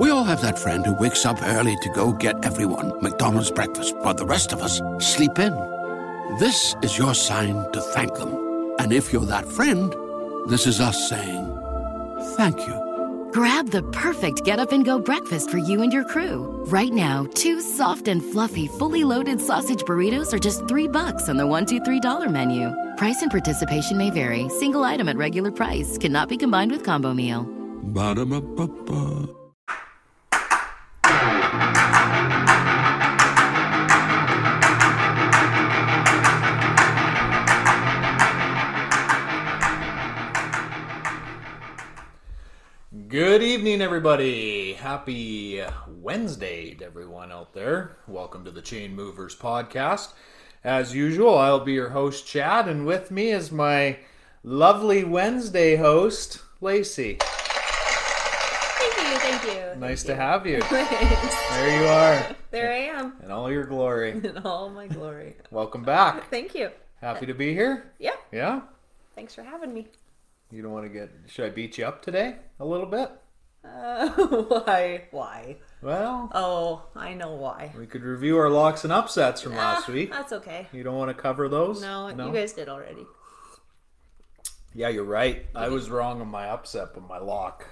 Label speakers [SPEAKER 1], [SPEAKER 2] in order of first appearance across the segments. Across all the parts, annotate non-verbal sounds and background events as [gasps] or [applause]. [SPEAKER 1] We all have that friend who wakes up early to go get everyone McDonald's breakfast, while the rest of us sleep in. This is your sign to thank them. And if you're that friend, this is us saying thank you.
[SPEAKER 2] Grab the perfect get up and go breakfast for you and your crew. Right now, two soft and fluffy, fully loaded sausage burritos are just three bucks on the one, two, three dollar menu. Price and participation may vary, single item at regular price cannot be combined with combo meal.
[SPEAKER 1] Ba-da-ba-ba-ba.
[SPEAKER 3] Good evening, everybody. Happy Wednesday to everyone out there. Welcome to the Chain Movers podcast. As usual, I'll be your host, Chad, and with me is my lovely Wednesday host, Lacey.
[SPEAKER 4] Thank you, thank you.
[SPEAKER 3] Nice to have
[SPEAKER 4] [laughs]
[SPEAKER 3] you.
[SPEAKER 4] Thanks.
[SPEAKER 3] There you are,
[SPEAKER 4] There I am
[SPEAKER 3] in all your glory.
[SPEAKER 4] [laughs] in all my glory.
[SPEAKER 3] Welcome back.
[SPEAKER 4] Thank you.
[SPEAKER 3] Happy to be here.
[SPEAKER 4] Yeah,
[SPEAKER 3] Yeah?
[SPEAKER 4] thanks for having me.
[SPEAKER 3] You don't want to get. Should I beat you up today a little bit?
[SPEAKER 4] Uh, [laughs] why? Why?
[SPEAKER 3] Well,
[SPEAKER 4] Oh, I know why.
[SPEAKER 3] we could review our locks and upsets from last
[SPEAKER 4] [laughs] Ah,
[SPEAKER 3] week.
[SPEAKER 4] That's okay.
[SPEAKER 3] You don't want to cover those?
[SPEAKER 4] No, you guys did already.
[SPEAKER 3] Yeah, you're right. I was wrong on my upset, but my lock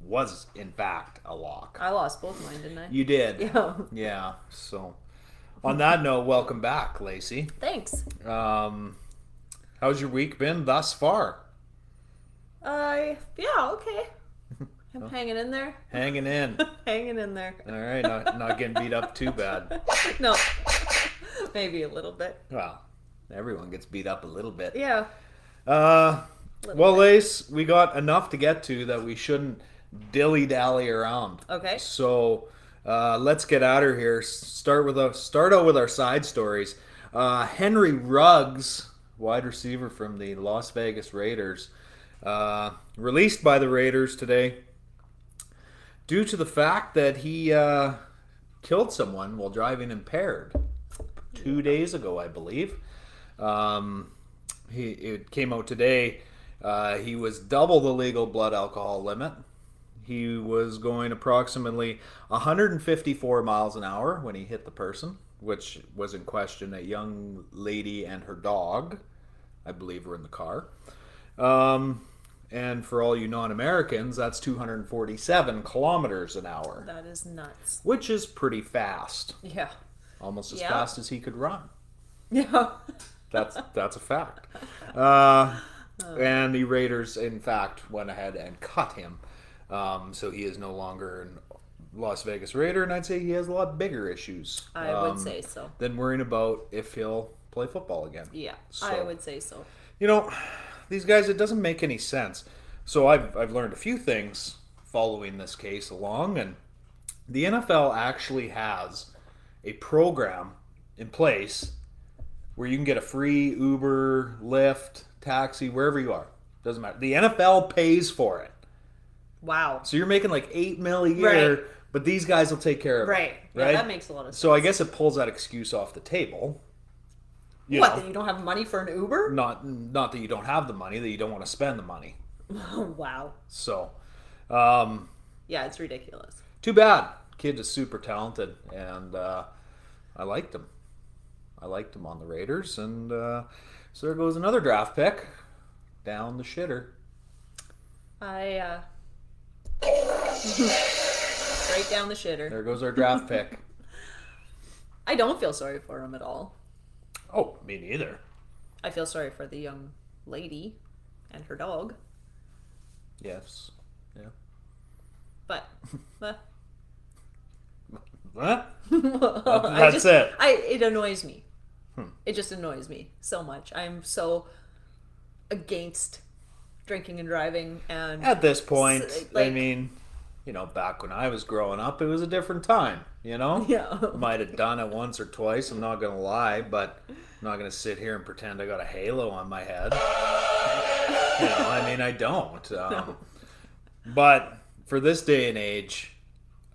[SPEAKER 3] was in fact a lock.
[SPEAKER 4] I lost both mine, didn't [laughs] I? Oh,
[SPEAKER 3] You did.
[SPEAKER 4] Yeah.
[SPEAKER 3] Yeah. So on that note, welcome back, Lacey.
[SPEAKER 4] Thanks.
[SPEAKER 3] Um how's your week been thus far?
[SPEAKER 4] I yeah okay. I'm hanging in there. [laughs]
[SPEAKER 3] Hanging in.
[SPEAKER 4] Hanging in there. [laughs]
[SPEAKER 3] All right, not, not getting beat up too bad.
[SPEAKER 4] No, [laughs] maybe a little bit.
[SPEAKER 3] Well, everyone gets beat up a little bit.
[SPEAKER 4] Yeah.
[SPEAKER 3] Uh well, Lace, we got enough to get to that we shouldn't dilly dally around.
[SPEAKER 4] Okay.
[SPEAKER 3] So uh, let's get out of here. S- Start with a start out with our side stories. Uh, Henry Ruggs, wide receiver from the Las Vegas Raiders, uh, released by the Raiders today due to the fact that he uh, killed someone while driving impaired two days ago, I believe. Um, he it came out today. Uh, he was double the legal blood alcohol limit. He was going approximately 154 miles an hour when he hit the person, which was in question. A young lady and her dog, I believe, were in the car. Um, and for all you non-Americans, that's 247 kilometers an hour,
[SPEAKER 4] That is nuts.
[SPEAKER 3] which is pretty fast,
[SPEAKER 4] Yeah. [laughs]
[SPEAKER 3] almost as
[SPEAKER 4] Yeah.
[SPEAKER 3] fast as he could run.
[SPEAKER 4] Yeah.
[SPEAKER 3] That's that's a fact. Uh, and the Raiders, in fact, went ahead and cut him. Um, so he is no longer a Las Vegas Raider, and I'd say he has a lot bigger issues
[SPEAKER 4] I
[SPEAKER 3] um,
[SPEAKER 4] would say so.
[SPEAKER 3] than worrying about if he'll play football again.
[SPEAKER 4] Yeah. I
[SPEAKER 3] So-
[SPEAKER 4] would say so.
[SPEAKER 3] You know, these guys, it doesn't make any sense. So I've, I've learned a few things following this case along, and the NFL actually has a program in place where you can get a free Uber, Lyft, taxi, wherever you are. Doesn't matter. The NFL pays for it.
[SPEAKER 4] Wow.
[SPEAKER 3] So you're making like eight mil a year,
[SPEAKER 4] Right.
[SPEAKER 3] but these guys will take care of
[SPEAKER 4] Right.
[SPEAKER 3] it.
[SPEAKER 4] Yeah, that makes a lot of
[SPEAKER 3] So I guess it pulls that excuse off the table. You
[SPEAKER 4] What?
[SPEAKER 3] know.
[SPEAKER 4] That you don't have money for an Uber? [laughs]
[SPEAKER 3] not not that you don't have the money that you don't want to spend the money
[SPEAKER 4] wow.
[SPEAKER 3] so um
[SPEAKER 4] Yeah, it's ridiculous.
[SPEAKER 3] too bad kid is super talented and uh i liked him i liked him on the raiders and uh so there goes another draft pick down the shitter
[SPEAKER 4] I uh right down the shitter.
[SPEAKER 3] there goes our draft
[SPEAKER 4] [laughs]
[SPEAKER 3] pick
[SPEAKER 4] I don't feel sorry for him at all.
[SPEAKER 3] oh me neither
[SPEAKER 4] I feel sorry for the young lady and her dog,
[SPEAKER 3] yes
[SPEAKER 4] [laughs]
[SPEAKER 3] yeah
[SPEAKER 4] but uh,
[SPEAKER 3] Huh?
[SPEAKER 4] I
[SPEAKER 3] that's
[SPEAKER 4] just,
[SPEAKER 3] it Hmm.
[SPEAKER 4] I it annoys me. It just annoys me so much. I'm so against drinking and driving and
[SPEAKER 2] Oh.
[SPEAKER 3] at this point
[SPEAKER 4] S-
[SPEAKER 3] i
[SPEAKER 4] like-
[SPEAKER 3] mean you know, back when I was growing up, it was a different time, you know?
[SPEAKER 2] Yeah.
[SPEAKER 3] Might have done it once or twice, I'm not going to lie, but I'm not going to sit here and pretend I got a halo on my head. [laughs] you know, I mean, I don't. Um, But for this day and age,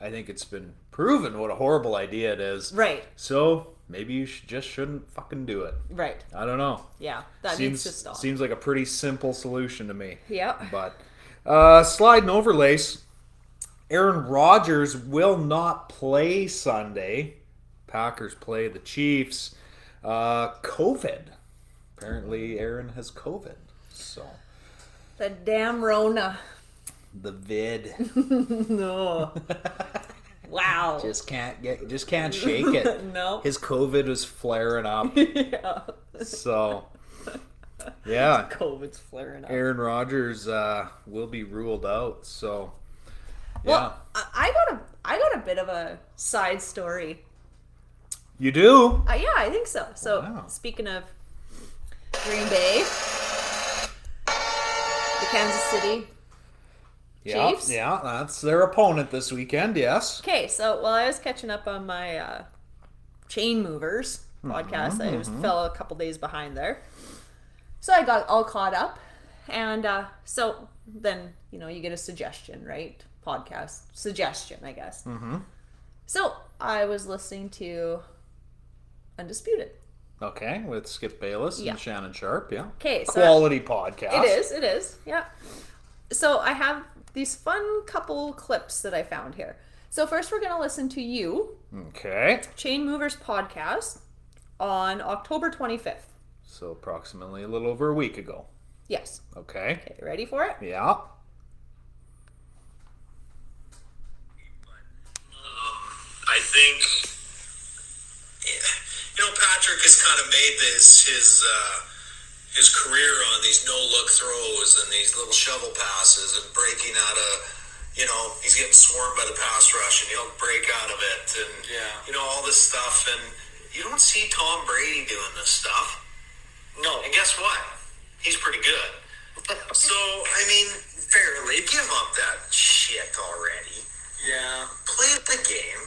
[SPEAKER 3] I think it's been proven what a horrible idea it is.
[SPEAKER 2] Right.
[SPEAKER 3] So maybe you sh just shouldn't fucking do it.
[SPEAKER 2] Right.
[SPEAKER 3] I don't know.
[SPEAKER 2] Yeah. That
[SPEAKER 3] seems
[SPEAKER 2] needs to stop.
[SPEAKER 3] seems like a pretty simple solution to me.
[SPEAKER 2] Yep.
[SPEAKER 3] But uh, sliding overlays, Aaron Rodgers will not play Sunday. Packers play the Chiefs. Uh, COVID. Apparently, Aaron has COVID. So
[SPEAKER 2] the damn Rona.
[SPEAKER 3] the vid
[SPEAKER 2] No. wow.
[SPEAKER 3] just can't get just can't shake
[SPEAKER 2] [laughs]
[SPEAKER 3] it.
[SPEAKER 2] no.
[SPEAKER 3] His COVID was
[SPEAKER 2] [laughs]
[SPEAKER 3] flaring up. So yeah,
[SPEAKER 2] COVID's flaring up.
[SPEAKER 3] Aaron Rodgers uh, will be ruled out. So,
[SPEAKER 2] Well, I- I got a I got a bit of a side story.
[SPEAKER 3] yeah, you do.
[SPEAKER 2] Uh, yeah, I think so. So
[SPEAKER 3] Wow.
[SPEAKER 2] speaking of Green Bay, the Kansas City
[SPEAKER 3] Yeah,
[SPEAKER 2] Chiefs?
[SPEAKER 3] yeah, that's their opponent this weekend. Yes.
[SPEAKER 2] Okay, so while I was catching up on my uh, Chain Movers podcast, I was, fell a couple days behind there. So I got all caught up. And uh, so then, you know, you get a suggestion, right? Podcast suggestion, I guess. Mm-hmm. So I was listening to Undisputed.
[SPEAKER 3] Okay, with Skip Bayless
[SPEAKER 2] Yeah.
[SPEAKER 3] and Shannon Sharp. Yeah.
[SPEAKER 2] Okay, so
[SPEAKER 3] Quality podcast.
[SPEAKER 2] It is. It is. Yeah. So I have these fun couple clips that I found here. So first, we're going to listen to you,
[SPEAKER 3] Okay.
[SPEAKER 2] Chain Movers podcast, on October 25th.
[SPEAKER 3] So approximately a little over a week ago.
[SPEAKER 2] Yes.
[SPEAKER 3] Okay.
[SPEAKER 2] Okay, ready for it?
[SPEAKER 3] Yeah.
[SPEAKER 4] I think you know Patrick has kind of made this his uh, his career on these no look throws and these little shovel passes and breaking out of you know he's getting swarmed by the pass rush and he'll break out of it and yeah. you know all this stuff and you don't see Tom Brady doing this stuff. No, and guess what? He's pretty [laughs] good. so I mean, fairly give up that shit already. Yeah. Play the game.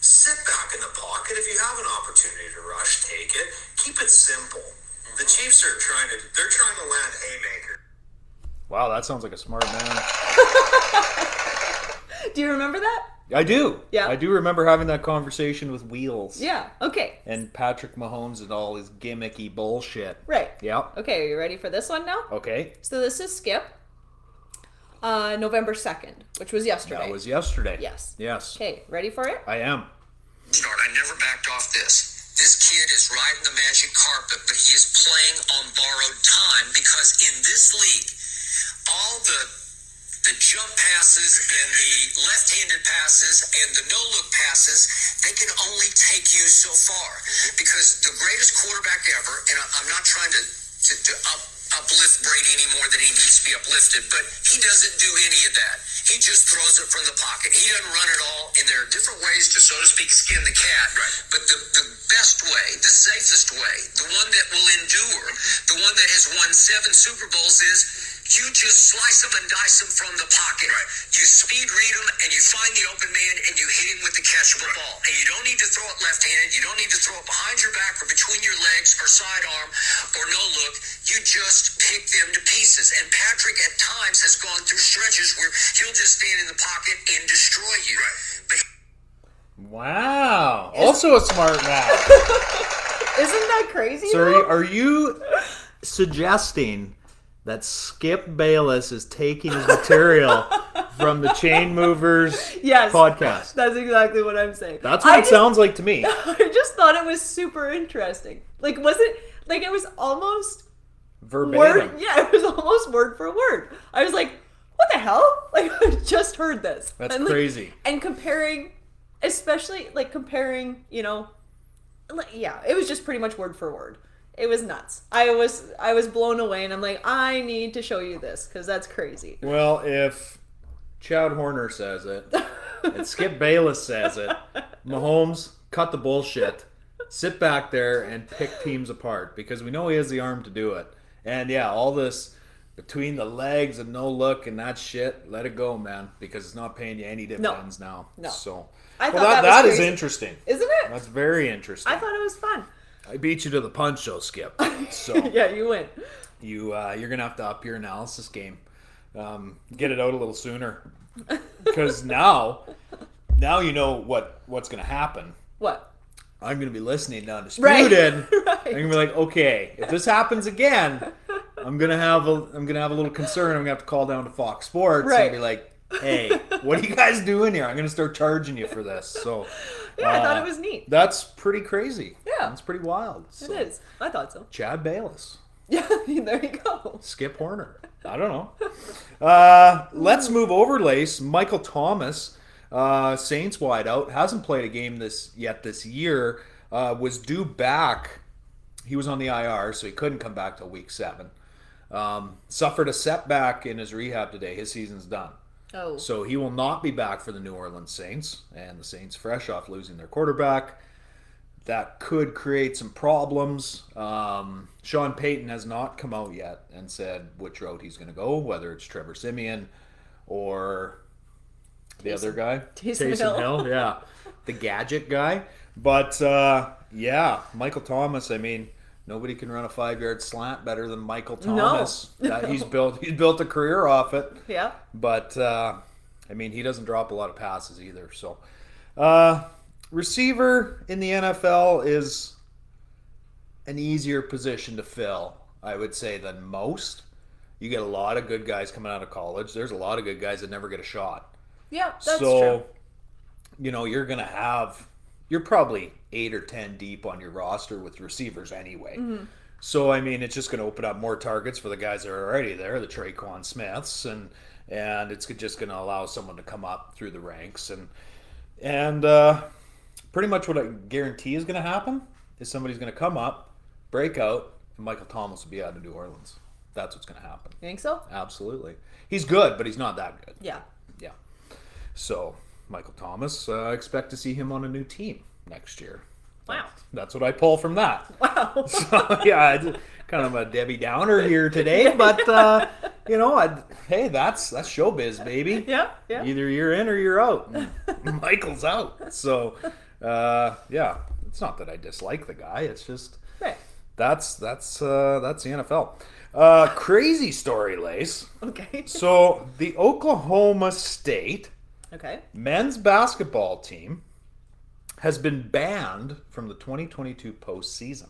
[SPEAKER 4] Sit back in the pocket. If you have an opportunity to rush, take it. Keep it simple. The Chiefs are trying to they're trying to land haymaker.
[SPEAKER 3] Wow, that sounds like a smart man.
[SPEAKER 2] [laughs] Do you remember that?
[SPEAKER 3] I do.
[SPEAKER 2] Yeah.
[SPEAKER 3] I do remember having that conversation with Wheels.
[SPEAKER 2] Yeah. Okay.
[SPEAKER 3] And Patrick Mahomes and all his gimmicky bullshit.
[SPEAKER 2] Right.
[SPEAKER 3] Yeah. Oh.
[SPEAKER 2] Okay, are you ready for this one now?
[SPEAKER 3] Okay.
[SPEAKER 2] So this is Skip, uh, November 2nd, which was yesterday.
[SPEAKER 3] That was yesterday.
[SPEAKER 2] Yes.
[SPEAKER 3] Yes.
[SPEAKER 2] Okay, ready for
[SPEAKER 3] [laughs]
[SPEAKER 2] it?
[SPEAKER 3] I am.
[SPEAKER 4] Start. I never backed off this. This kid is riding the magic carpet, but he is playing on borrowed time because in this league, all the the jump passes and the left-handed passes and the no-look passes, they can only take you so far. Because the greatest quarterback ever, and I- I'm not trying to, to, to up, uplift Brady any more than he needs to be uplifted, but he doesn't do any of that. He just throws it from the pocket. He doesn't run it all, and there are different ways to, so to speak, skin the cat. Right. But the, the best way, the safest way, the one that will endure, the one that has won seven Super Bowls is you just slice them and dice them from the pocket. You speed read them and you find the open man and you hit him with the catchable ball. And you don't need to throw it left handed. You don't need to throw it behind your back or between your legs or sidearm or no look. You just pick them to pieces. And Patrick at times has gone through stretches where he'll just stand in the pocket and destroy you. But
[SPEAKER 3] Wow. Also a smart man.
[SPEAKER 2] Isn't that crazy?
[SPEAKER 3] So are
[SPEAKER 2] though?
[SPEAKER 3] you, are you suggesting that Skip Bayless is taking his material from the Chain Movers
[SPEAKER 2] Yes.
[SPEAKER 3] podcast?
[SPEAKER 2] That's exactly what I'm saying.
[SPEAKER 3] That's what
[SPEAKER 2] I
[SPEAKER 3] it sounds like
[SPEAKER 2] [laughs]
[SPEAKER 3] to me.
[SPEAKER 2] just, [laughs] I just thought it was super interesting. Like, was it, like, it was almost
[SPEAKER 3] Verbatim.
[SPEAKER 2] word, yeah, [laughs] it was almost word for word. I was like, what the hell? [laughs] Like, I just heard this.
[SPEAKER 3] That's
[SPEAKER 2] And, like,
[SPEAKER 3] crazy.
[SPEAKER 2] and comparing, especially like comparing, you know, like, yeah, it was just pretty much word for word. It was nuts. I was I was blown away, and I'm like, I need to show you this because that's crazy.
[SPEAKER 3] Well, if Chad Horner says it, and Skip Bayless says it, Mahomes, cut the bullshit. Sit back there and pick teams apart because we know he has the arm to do it. And yeah, all this
[SPEAKER 4] between the legs and no look and that shit, let it go, man, because it's not paying you any dividends now.
[SPEAKER 3] No.
[SPEAKER 4] So
[SPEAKER 3] I
[SPEAKER 4] well,
[SPEAKER 3] thought that was
[SPEAKER 4] that, that is
[SPEAKER 3] crazy.
[SPEAKER 4] interesting.
[SPEAKER 3] Isn't it?
[SPEAKER 4] That's very interesting.
[SPEAKER 3] I
[SPEAKER 4] I,
[SPEAKER 3] thought it was fun.
[SPEAKER 4] beat you to the punch, though, Skip. So
[SPEAKER 3] Yeah, you win.
[SPEAKER 4] you uh, you're gonna have to up your analysis game, um, get it out a little sooner, because now now you know what what's gonna happen.
[SPEAKER 3] What?
[SPEAKER 4] I'm gonna be listening to Undisputed.
[SPEAKER 3] [laughs] Right.
[SPEAKER 4] I'm gonna be like, okay, if this happens again, I'm gonna have a I'm gonna have a little concern. I'm gonna have to call down to Fox Sports
[SPEAKER 3] Right.
[SPEAKER 4] and be like, hey, what are you guys doing here? I'm gonna start charging you for this. So
[SPEAKER 3] Yeah, I thought
[SPEAKER 4] uh,
[SPEAKER 3] it was neat.
[SPEAKER 4] That's pretty crazy.
[SPEAKER 3] Yeah.
[SPEAKER 4] that's pretty wild.
[SPEAKER 3] It is. I
[SPEAKER 2] [laughs]
[SPEAKER 3] thought so.
[SPEAKER 4] Chad Bayless.
[SPEAKER 3] Yeah, there you go.
[SPEAKER 4] Skip Horner. I don't know. Uh, let's move over, Lace. Michael Thomas, uh, Saints wideout, hasn't played a game this yet this year. Uh, was due back. He was on the IR, so he couldn't come back till week seven. Um, suffered a setback in his rehab today. His season's done.
[SPEAKER 3] Oh.
[SPEAKER 4] So he will not be back for the New Orleans Saints, and the Saints, fresh off losing their quarterback, that could create some problems. Um, Sean Payton has not come out yet and said which route he's going to go, whether it's Trevor Simeon or the other guy,
[SPEAKER 3] Taysom Hill. [laughs]
[SPEAKER 4] yeah, the gadget guy. But uh, yeah, Michael Thomas. I mean, nobody can run a five-yard slant better than
[SPEAKER 3] [laughs]
[SPEAKER 4] Michael Thomas. That, he's built he's built a career off it.
[SPEAKER 3] yeah.
[SPEAKER 4] But uh, I mean, he doesn't drop a lot of passes either. So, uh, receiver in the NFL is an easier position to fill, I would say, than most. You get a lot of good guys coming out of college. There's a lot of good guys that never get a shot.
[SPEAKER 3] Yeah, that's
[SPEAKER 4] so,
[SPEAKER 3] true.
[SPEAKER 4] you know, you're gonna have you're probably eight or ten deep on your roster with receivers anyway.
[SPEAKER 3] Mm-hmm.
[SPEAKER 4] So I mean, it's just going to open up more targets for the guys that are already there, the Traquan Smiths, and and it's just going to allow someone to come up through the ranks, and and uh, pretty much what I guarantee is going to happen is somebody's going to come up, break out, and Michael Thomas will be out of New Orleans. That's what's going to happen.
[SPEAKER 3] You think so?
[SPEAKER 4] Absolutely, he's good, but he's not that good.
[SPEAKER 3] Yeah.
[SPEAKER 4] Yeah. So Michael Thomas, uh, expect to see him on a new team next year.
[SPEAKER 3] Wow.
[SPEAKER 4] That's what I pull from that. [laughs] Wow. So, yeah, it's kind of a Debbie Downer here [laughs] today, but uh, you know, I, hey, that's that's showbiz, [laughs] baby.
[SPEAKER 3] Yeah, yeah.
[SPEAKER 4] Either you're in or you're [laughs] out. And Michael's out. So, uh, yeah, it's not that I dislike the guy. It's just
[SPEAKER 3] Right.
[SPEAKER 2] [laughs]
[SPEAKER 4] that's that's uh, that's the NFL. Uh, crazy story, Lace.
[SPEAKER 3] Okay.
[SPEAKER 4] So the Oklahoma State
[SPEAKER 3] Okay.
[SPEAKER 4] men's basketball team has been banned from the 2022 postseason.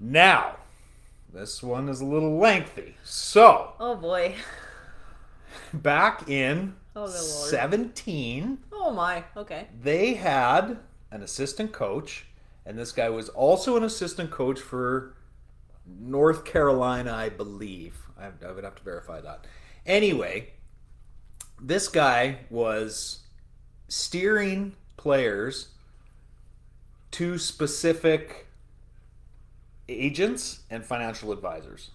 [SPEAKER 4] Now, this one is a little lengthy. So,
[SPEAKER 3] Oh boy. [laughs]
[SPEAKER 4] back in
[SPEAKER 3] Oh, good lord.
[SPEAKER 4] 17,
[SPEAKER 3] Oh my. Okay.
[SPEAKER 4] they had an assistant coach, and this guy was also an assistant coach for North Carolina, I believe. I, I would have to verify that. Anyway, this guy was steering players to specific agents and financial advisors.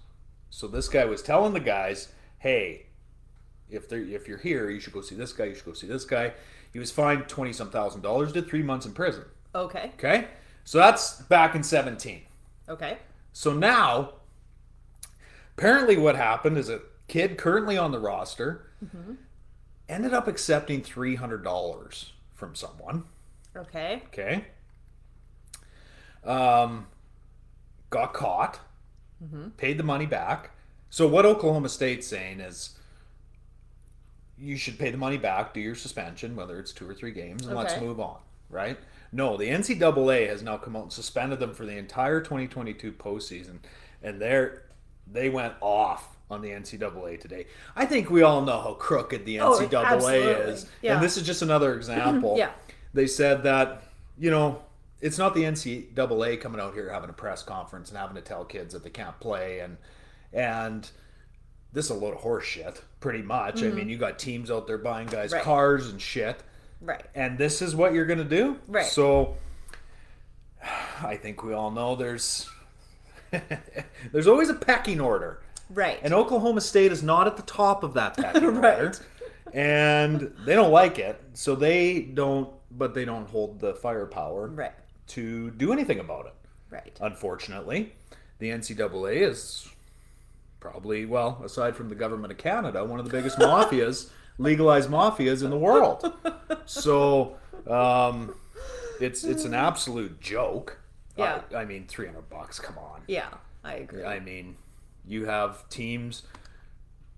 [SPEAKER 4] So this guy was telling the guys, "Hey, if they are if you're here, you should go see this guy. You should go see this guy." He was fined twenty some thousand dollars. Did three months in prison.
[SPEAKER 3] Okay.
[SPEAKER 4] Okay, so that's back in seventeen.
[SPEAKER 3] Okay.
[SPEAKER 4] So now, apparently, what happened is a kid currently on the roster ended up accepting three hundred dollars from someone.
[SPEAKER 3] Okay.
[SPEAKER 4] Okay. Um, got caught,
[SPEAKER 3] Mm-hmm.
[SPEAKER 4] paid the money back. So what Oklahoma State's saying is, you should pay the money back, do your suspension, whether it's two or three games, and let's
[SPEAKER 3] Okay.
[SPEAKER 4] move on. Right? No, the NCAA has now come out and suspended them for the entire 2022 postseason, and they're they went off on the NCAA today. I think we all know how crooked the
[SPEAKER 3] Oh,
[SPEAKER 4] NCAA
[SPEAKER 3] absolutely.
[SPEAKER 4] is,
[SPEAKER 3] Yeah.
[SPEAKER 4] and this is just
[SPEAKER 3] [clears throat]
[SPEAKER 4] another example
[SPEAKER 3] Yeah.
[SPEAKER 4] they said that you know it's not the NCAA coming out here having a press conference and having to tell kids that they can't play and and this is a load of horse shit pretty much. I mean, you got teams out there buying guys
[SPEAKER 3] Mm-hmm. Right.
[SPEAKER 4] cars and shit,
[SPEAKER 3] Right.
[SPEAKER 4] and this is what you're gonna do.
[SPEAKER 3] Right.
[SPEAKER 4] So [sighs] I think we all know there's [laughs] there's always a pecking order.
[SPEAKER 3] Right.
[SPEAKER 4] And Oklahoma State is not at the top of
[SPEAKER 3] [laughs]
[SPEAKER 4] that pecking
[SPEAKER 3] Right.
[SPEAKER 4] order. And they don't like it, so they don't but they don't hold the firepower
[SPEAKER 3] Right.
[SPEAKER 4] to do anything about it.
[SPEAKER 3] Right.
[SPEAKER 4] Unfortunately, the NCAA is probably, well, aside from the government of Canada, one of
[SPEAKER 3] [laughs]
[SPEAKER 4] the biggest mafias, legalized mafias in the world. So um, it's it's an absolute joke.
[SPEAKER 3] Yeah.
[SPEAKER 4] I, I mean, 300 bucks, come on.
[SPEAKER 3] Yeah, I agree.
[SPEAKER 4] I mean, you have teams,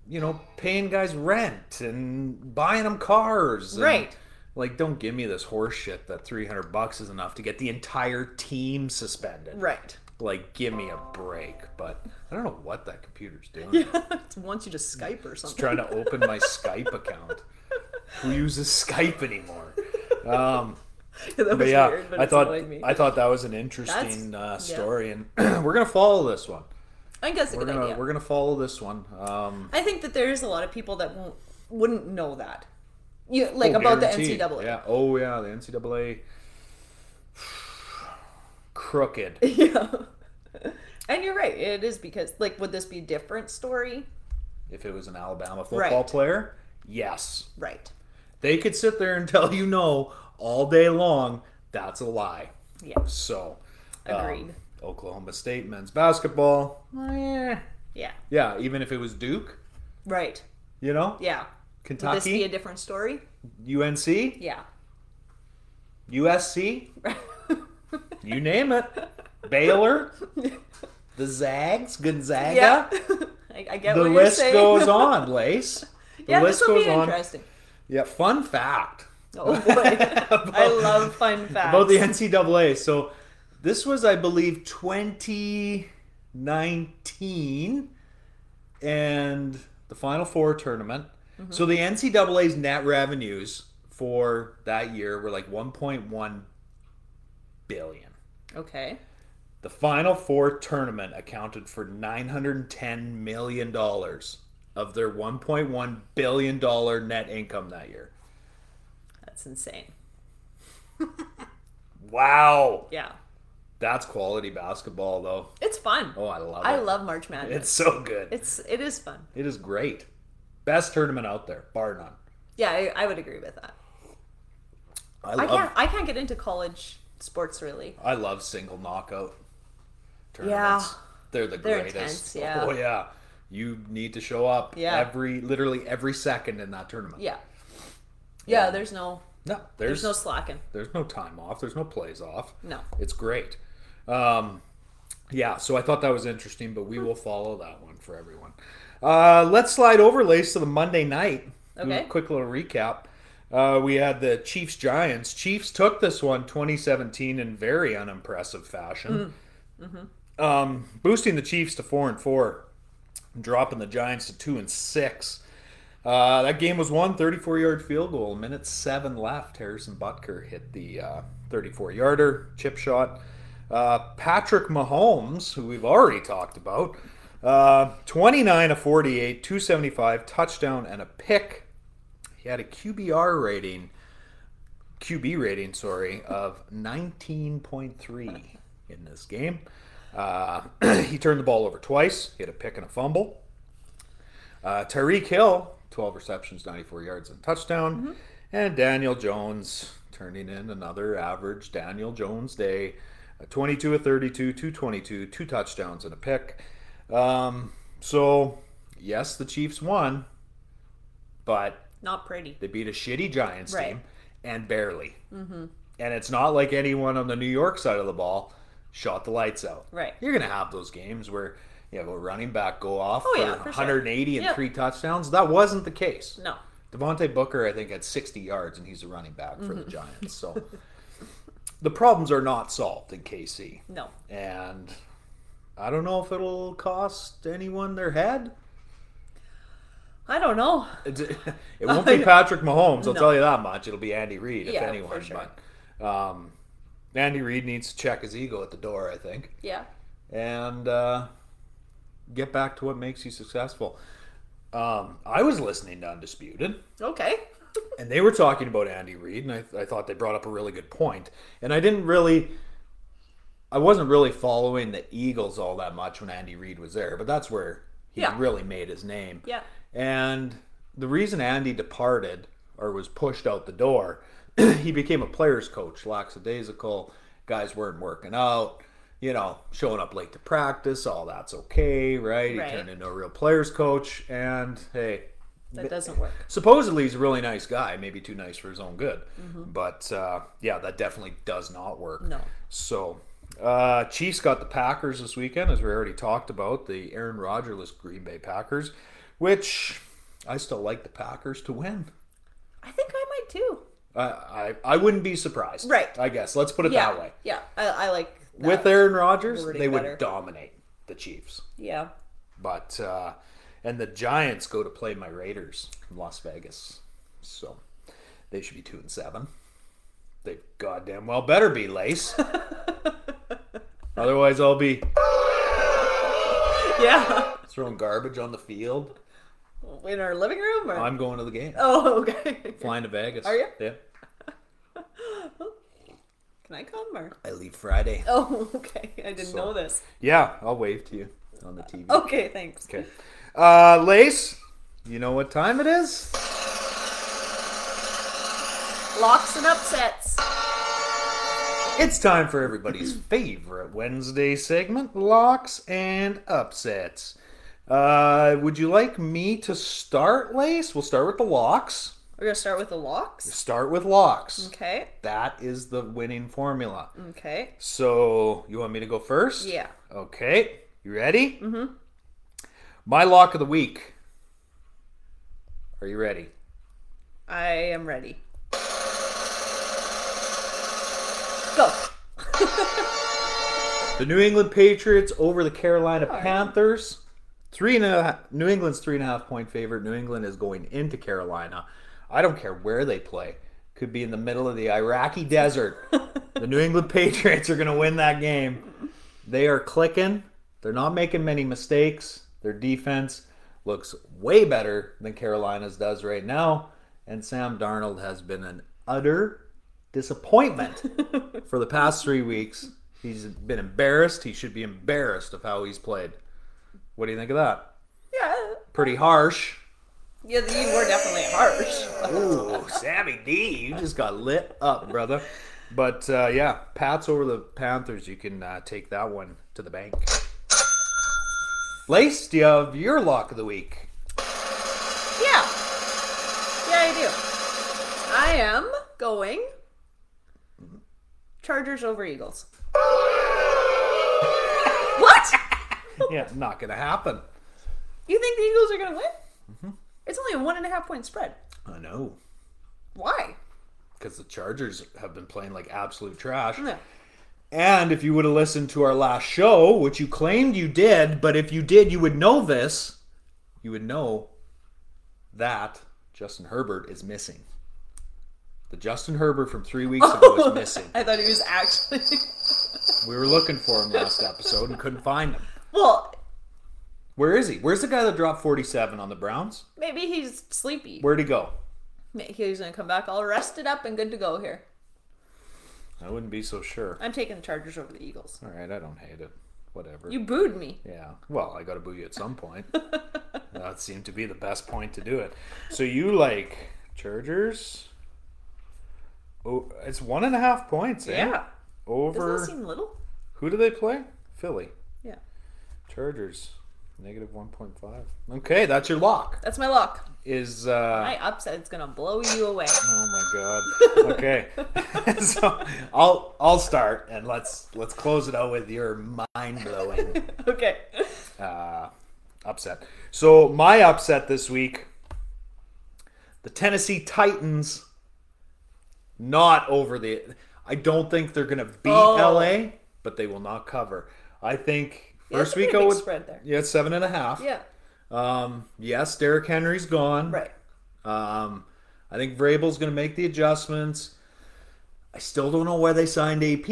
[SPEAKER 4] you know, paying guys rent and buying them cars. and,
[SPEAKER 3] Right.
[SPEAKER 4] Like, don't give me this horse shit that 300 bucks is enough to get the entire team suspended.
[SPEAKER 3] Right.
[SPEAKER 4] Like, give me a break. But I don't know what that computer's doing.
[SPEAKER 3] It's once you just Skype or something.
[SPEAKER 4] Trying to open my Skype account. Who uses Skype anymore? Um,
[SPEAKER 3] [laughs] that
[SPEAKER 4] but
[SPEAKER 3] was
[SPEAKER 4] yeah,
[SPEAKER 3] weird, but
[SPEAKER 4] I
[SPEAKER 3] it's
[SPEAKER 4] thought
[SPEAKER 3] annoying me.
[SPEAKER 4] I thought that was an interesting uh,
[SPEAKER 3] yeah.
[SPEAKER 4] story, and [clears throat] we're gonna follow this one.
[SPEAKER 3] I think that's a
[SPEAKER 4] We're
[SPEAKER 3] good
[SPEAKER 4] gonna
[SPEAKER 3] idea.
[SPEAKER 4] we're gonna follow this one. Um,
[SPEAKER 3] I think that there's a lot of people that won't, wouldn't know that. You, like
[SPEAKER 4] oh,
[SPEAKER 3] about
[SPEAKER 4] guaranteed.
[SPEAKER 3] the NCAA.
[SPEAKER 4] Yeah. Oh yeah, the NCAA. [sighs] Crooked.
[SPEAKER 3] [laughs] And you're right. It is because, like, would this be a different story?
[SPEAKER 4] if it was an Alabama football
[SPEAKER 3] Right.
[SPEAKER 4] player, yes,
[SPEAKER 3] Right.
[SPEAKER 4] they could sit there and [laughs] tell you no all day long. That's a lie.
[SPEAKER 3] Yeah.
[SPEAKER 4] So, um,
[SPEAKER 3] Agreed.
[SPEAKER 4] Oklahoma State men's basketball. eh.
[SPEAKER 3] yeah.
[SPEAKER 4] Yeah. Even if it was Duke,
[SPEAKER 3] Right.
[SPEAKER 4] you know,
[SPEAKER 3] Yeah. Would this be
[SPEAKER 4] Kentucky,
[SPEAKER 3] a different story?
[SPEAKER 4] UNC,
[SPEAKER 3] Yeah. [laughs]
[SPEAKER 4] USC, you name it, Baylor, the Zags, Gonzaga.
[SPEAKER 3] Yeah. I, I get
[SPEAKER 4] The
[SPEAKER 3] what you're
[SPEAKER 4] list
[SPEAKER 3] saying. [laughs]
[SPEAKER 4] goes on, Lace. The
[SPEAKER 3] yeah,
[SPEAKER 4] list
[SPEAKER 3] this will
[SPEAKER 4] goes
[SPEAKER 3] be
[SPEAKER 4] on.
[SPEAKER 3] interesting.
[SPEAKER 4] Yeah, fun fact [laughs]
[SPEAKER 3] Oh boy. I love fun facts.
[SPEAKER 4] about the [laughs] NCAA. So this was, I believe, 2019, and the Final Four tournament.
[SPEAKER 3] Mm-hmm.
[SPEAKER 4] So the NCAA's net revenues for that year were like 1.1 billion.
[SPEAKER 3] okay.
[SPEAKER 4] The Final Four tournament accounted for 910 million dollars of their 1.1 billion dollar net income that year.
[SPEAKER 3] That's insane.
[SPEAKER 4] Wow,
[SPEAKER 3] Yeah.
[SPEAKER 4] that's quality basketball, though.
[SPEAKER 3] It's fun.
[SPEAKER 4] Oh, I love it.
[SPEAKER 3] I love March Madness.
[SPEAKER 4] It's so good.
[SPEAKER 3] It's it is fun.
[SPEAKER 4] It is great. Best tournament out there, bar none.
[SPEAKER 3] Yeah, I, I would agree with that.
[SPEAKER 4] I
[SPEAKER 3] I
[SPEAKER 4] love
[SPEAKER 3] can't I can't get into college sports really.
[SPEAKER 4] I love single knockout tournaments.
[SPEAKER 3] Yeah.
[SPEAKER 4] They're the
[SPEAKER 3] They're intense,
[SPEAKER 4] greatest.
[SPEAKER 3] yeah.
[SPEAKER 4] [laughs] Oh yeah. You need to show up
[SPEAKER 3] Yeah.
[SPEAKER 4] every literally every second in that tournament.
[SPEAKER 3] Yeah. Yeah, there's no
[SPEAKER 4] No,
[SPEAKER 3] there's
[SPEAKER 4] there's
[SPEAKER 3] no slacking.
[SPEAKER 4] there's no time off, there's no plays off.
[SPEAKER 3] No.
[SPEAKER 4] It's great. Um yeah, so I thought that was interesting, but we will follow that one for everyone. Uh, let's slide overlays to the Monday night. Do a
[SPEAKER 3] Okay.
[SPEAKER 4] quick little recap. Uh, we had the Chiefs Giants. Chiefs took this one 2017 in very unimpressive fashion, Um, boosting the Chiefs to four and four, and dropping the Giants to two and six. Uh, that game was won 34 yard field goal, minute seven left. Harrison Butker hit the uh, 34 yarder chip shot. Uh, Patrick Mahomes, who we've already talked about, uh, 29 of 48, 275, touchdown and a pick. He had a QBR rating, QB rating, sorry, of 19.3 in this game. Uh, [clears throat] he turned the ball over twice, he had a pick and a fumble. Uh, Tyreek Hill, 12 receptions, 94 yards, and touchdown. And Daniel Jones turning in another average Daniel Jones day. Uh, 22 of 32, 222, two touchdowns, and a pick. Um, so, yes, the Chiefs won, but
[SPEAKER 3] Not pretty.
[SPEAKER 4] they beat a shitty Giants
[SPEAKER 3] Right.
[SPEAKER 4] team and barely. Mm-hmm. And it's not like anyone on the New York side of the ball shot the lights out.
[SPEAKER 3] Right.
[SPEAKER 4] You're going to have those games where you have a running back go off for
[SPEAKER 3] Oh, yeah, for sure.
[SPEAKER 4] 180 and
[SPEAKER 3] Yep.
[SPEAKER 4] three touchdowns. That wasn't the case.
[SPEAKER 3] No.
[SPEAKER 4] Devontae Booker, I think, had 60 yards, and he's a running back for
[SPEAKER 3] Mm-hmm.
[SPEAKER 4] the Giants. So [laughs] the problems are not solved in KC.
[SPEAKER 3] No.
[SPEAKER 4] And I don't know if it'll cost anyone their head.
[SPEAKER 3] I don't know.
[SPEAKER 4] It's- It [laughs]
[SPEAKER 3] [laughs]
[SPEAKER 4] won't be Patrick Mahomes, I'll
[SPEAKER 3] No.
[SPEAKER 4] tell you that much. It'll be Andy Reid, if
[SPEAKER 3] Yeah, for
[SPEAKER 4] anyone.
[SPEAKER 3] sure.
[SPEAKER 4] But um, Andy Reid needs to check his ego at the door, I think,
[SPEAKER 3] Yeah.
[SPEAKER 4] and uh, get back to what makes you successful. Um, I was listening to Undisputed,
[SPEAKER 3] Okay. [laughs]
[SPEAKER 4] and they were talking about Andy Reid, and I, I thought they brought up a really good point. And I didn't really, I wasn't really following the Eagles all that much when Andy Reid was there, but that's where he
[SPEAKER 3] Yeah.
[SPEAKER 4] really made his name.
[SPEAKER 3] Yeah.
[SPEAKER 4] And the reason Andy departed or was pushed out the [clears throat] door, he became a player's coach, lackadaisical, guys weren't working out. you know, showing up late to practice, all that's okay, right?
[SPEAKER 3] Right.
[SPEAKER 4] He turned into a real players coach, and hey,
[SPEAKER 3] That doesn't work.
[SPEAKER 4] supposedly he's a really nice guy, maybe too nice for his own good. But uh, yeah, that definitely does not work.
[SPEAKER 3] No.
[SPEAKER 4] So, uh, Chiefs got the Packers this weekend, as we already talked about, the Aaron Rodgers Green Bay Packers, which I still like the Packers to win.
[SPEAKER 3] I think I might too.
[SPEAKER 4] I, I, I wouldn't be surprised.
[SPEAKER 3] Right.
[SPEAKER 4] I guess. Let's put it
[SPEAKER 3] Yeah.
[SPEAKER 4] that way.
[SPEAKER 3] Yeah. I, I like that.
[SPEAKER 4] With Aaron Rodgers,
[SPEAKER 3] wording
[SPEAKER 4] they would
[SPEAKER 3] better.
[SPEAKER 4] dominate the Chiefs.
[SPEAKER 3] Yeah.
[SPEAKER 4] But uh, and the Giants go to play my Raiders from Las Vegas, so they should be two and seven. They goddamn well better
[SPEAKER 3] [laughs]
[SPEAKER 4] be lace. Otherwise, I'll be
[SPEAKER 3] Yeah. [laughs]
[SPEAKER 4] throwing garbage on the field.
[SPEAKER 3] In our living room or
[SPEAKER 4] I'm going to the game.
[SPEAKER 3] Oh, okay. [laughs]
[SPEAKER 4] Flying to Vegas.
[SPEAKER 3] Are you?
[SPEAKER 4] Yeah.
[SPEAKER 3] Can I come or
[SPEAKER 4] I leave Friday.
[SPEAKER 3] Oh, okay. I didn't know this.
[SPEAKER 4] Yeah, I'll wave to you on the TV.
[SPEAKER 3] Okay, thanks.
[SPEAKER 4] Okay. Uh, Lace, you know what time it is?
[SPEAKER 3] Locks and upsets.
[SPEAKER 4] It's time
[SPEAKER 3] [clears throat]
[SPEAKER 4] for everybody's favorite Wednesday segment, locks and upsets. Uh, would you like me to start, Lace? We'll start with the locks.
[SPEAKER 3] We're gonna start with the locks.
[SPEAKER 4] Start with locks.
[SPEAKER 3] Okay.
[SPEAKER 4] That is the winning formula.
[SPEAKER 3] Okay.
[SPEAKER 4] So, you want me to go first?
[SPEAKER 3] Yeah.
[SPEAKER 4] Okay. You ready? Mm-hmm. My lock of the week. Are you ready?
[SPEAKER 3] I am ready. Go.
[SPEAKER 4] The New England Patriots over the Carolina Panthers. Three and a half, New England's three and a half point favorite. New England is going into Carolina. I don't care where they play. Could be in the middle of the Iraqi desert. the New England Patriots are going to win that game. They are clicking. They're not making many mistakes. Their defense looks way better than Carolina's does right now. And Sam Darnold has been an utter disappointment for the past three weeks. He's been embarrassed. He should be embarrassed of how he's played. What do you think of that?
[SPEAKER 3] Yeah.
[SPEAKER 4] Pretty harsh.
[SPEAKER 3] Yeah, you were definitely harsh.
[SPEAKER 4] Ooh, Sammy D, you just got lit up, brother. But uh, yeah, Pats over the Panthers. You can uh, take that one to the bank. Lace, do you have your lock of the week?
[SPEAKER 3] Yeah. Yeah, I do. I am going Chargers over Eagles. what?
[SPEAKER 4] Yeah, not gonna happen.
[SPEAKER 3] You think the Eagles are going to win? Mm-hmm. It's only a one and a half point spread.
[SPEAKER 4] I know,
[SPEAKER 3] Why?
[SPEAKER 4] because the Chargers have been playing like absolute trash.
[SPEAKER 3] Yeah.
[SPEAKER 4] And if you would have listened to our last show, which you claimed you did, but if you did, you would know this. You would know that Justin Herbert is missing. The Justin Herbert from three weeks ago is missing.
[SPEAKER 3] I thought he was actually. [laughs]
[SPEAKER 4] We were looking for him last episode and couldn't find him.
[SPEAKER 3] well,
[SPEAKER 4] Where is he? Where's the guy that dropped 47 on the Browns?
[SPEAKER 3] maybe he's sleepy.
[SPEAKER 4] Where'd he go?
[SPEAKER 3] Maybe He's going to come back all rested up and good to go here.
[SPEAKER 4] I wouldn't be so sure.
[SPEAKER 3] I'm taking the Chargers over the Eagles.
[SPEAKER 4] All right, I don't hate it. Whatever.
[SPEAKER 3] You booed me.
[SPEAKER 4] Yeah. Well, I got to boo you at
[SPEAKER 3] [laughs]
[SPEAKER 4] some point. that seemed to be the best point to do it. So you like Chargers? Oh, it's one and a half points. eh?
[SPEAKER 3] Doesn't
[SPEAKER 4] Over
[SPEAKER 3] that seem little?
[SPEAKER 4] who do they play? Philly.
[SPEAKER 3] Yeah.
[SPEAKER 4] Chargers. Negative one point five. Okay, that's your lock.
[SPEAKER 3] That's my luck.
[SPEAKER 4] Is uh
[SPEAKER 3] My upset's gonna blow you away.
[SPEAKER 4] oh my god. Okay. [laughs] so I'll I'll start and let's let's close it out with your mind blowing
[SPEAKER 3] [laughs] Okay.
[SPEAKER 4] upset. So my upset this week, the Tennessee Titans not over the I don't think they're gonna beat
[SPEAKER 3] Oh.
[SPEAKER 4] LA, but they will not cover. I think
[SPEAKER 3] that's
[SPEAKER 4] first
[SPEAKER 3] a
[SPEAKER 4] week
[SPEAKER 3] pretty
[SPEAKER 4] I
[SPEAKER 3] big
[SPEAKER 4] would
[SPEAKER 3] spread there.
[SPEAKER 4] Yeah, it's seven and a half.
[SPEAKER 3] Yeah.
[SPEAKER 4] Um yes, Derrick Henry's gone.
[SPEAKER 3] Right.
[SPEAKER 4] Um I think Vrabel's gonna make the adjustments. I still don't know why they signed AP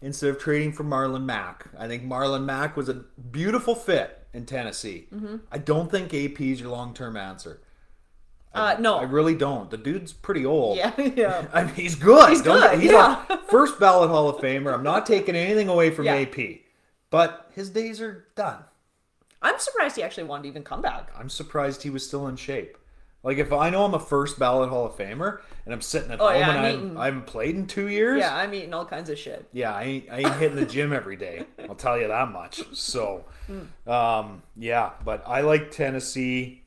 [SPEAKER 4] instead of trading for Marlon Mack. I think Marlon Mack was a beautiful fit in Tennessee.
[SPEAKER 3] Mm-hmm.
[SPEAKER 4] I don't think AP is your long term answer.
[SPEAKER 3] Uh, no.
[SPEAKER 4] I really don't. The dude's pretty old.
[SPEAKER 3] yeah. [laughs] Yeah.
[SPEAKER 4] I mean, he's good. He's
[SPEAKER 3] good,
[SPEAKER 4] He's
[SPEAKER 3] yeah. [laughs]
[SPEAKER 4] a first ballot Hall of Famer. I'm not taking anything away from
[SPEAKER 3] Yeah.
[SPEAKER 4] AP, but his days are done.
[SPEAKER 3] I'm surprised he actually wanted to even come back.
[SPEAKER 4] I'm surprised he was still in shape. Like if I know I'm a first ballot Hall of Famer and I'm sitting at
[SPEAKER 3] Oh,
[SPEAKER 4] home
[SPEAKER 3] yeah,
[SPEAKER 4] and
[SPEAKER 3] I'm
[SPEAKER 4] I
[SPEAKER 3] eating-
[SPEAKER 4] haven't, I haven't played in two years,
[SPEAKER 3] Yeah, I'm eating all kinds of shit.
[SPEAKER 4] yeah, I ain't, I ain't hitting the gym every day. [laughs] I'll tell you that much. So,
[SPEAKER 3] Hmm.
[SPEAKER 4] um, yeah, but I like Tennessee.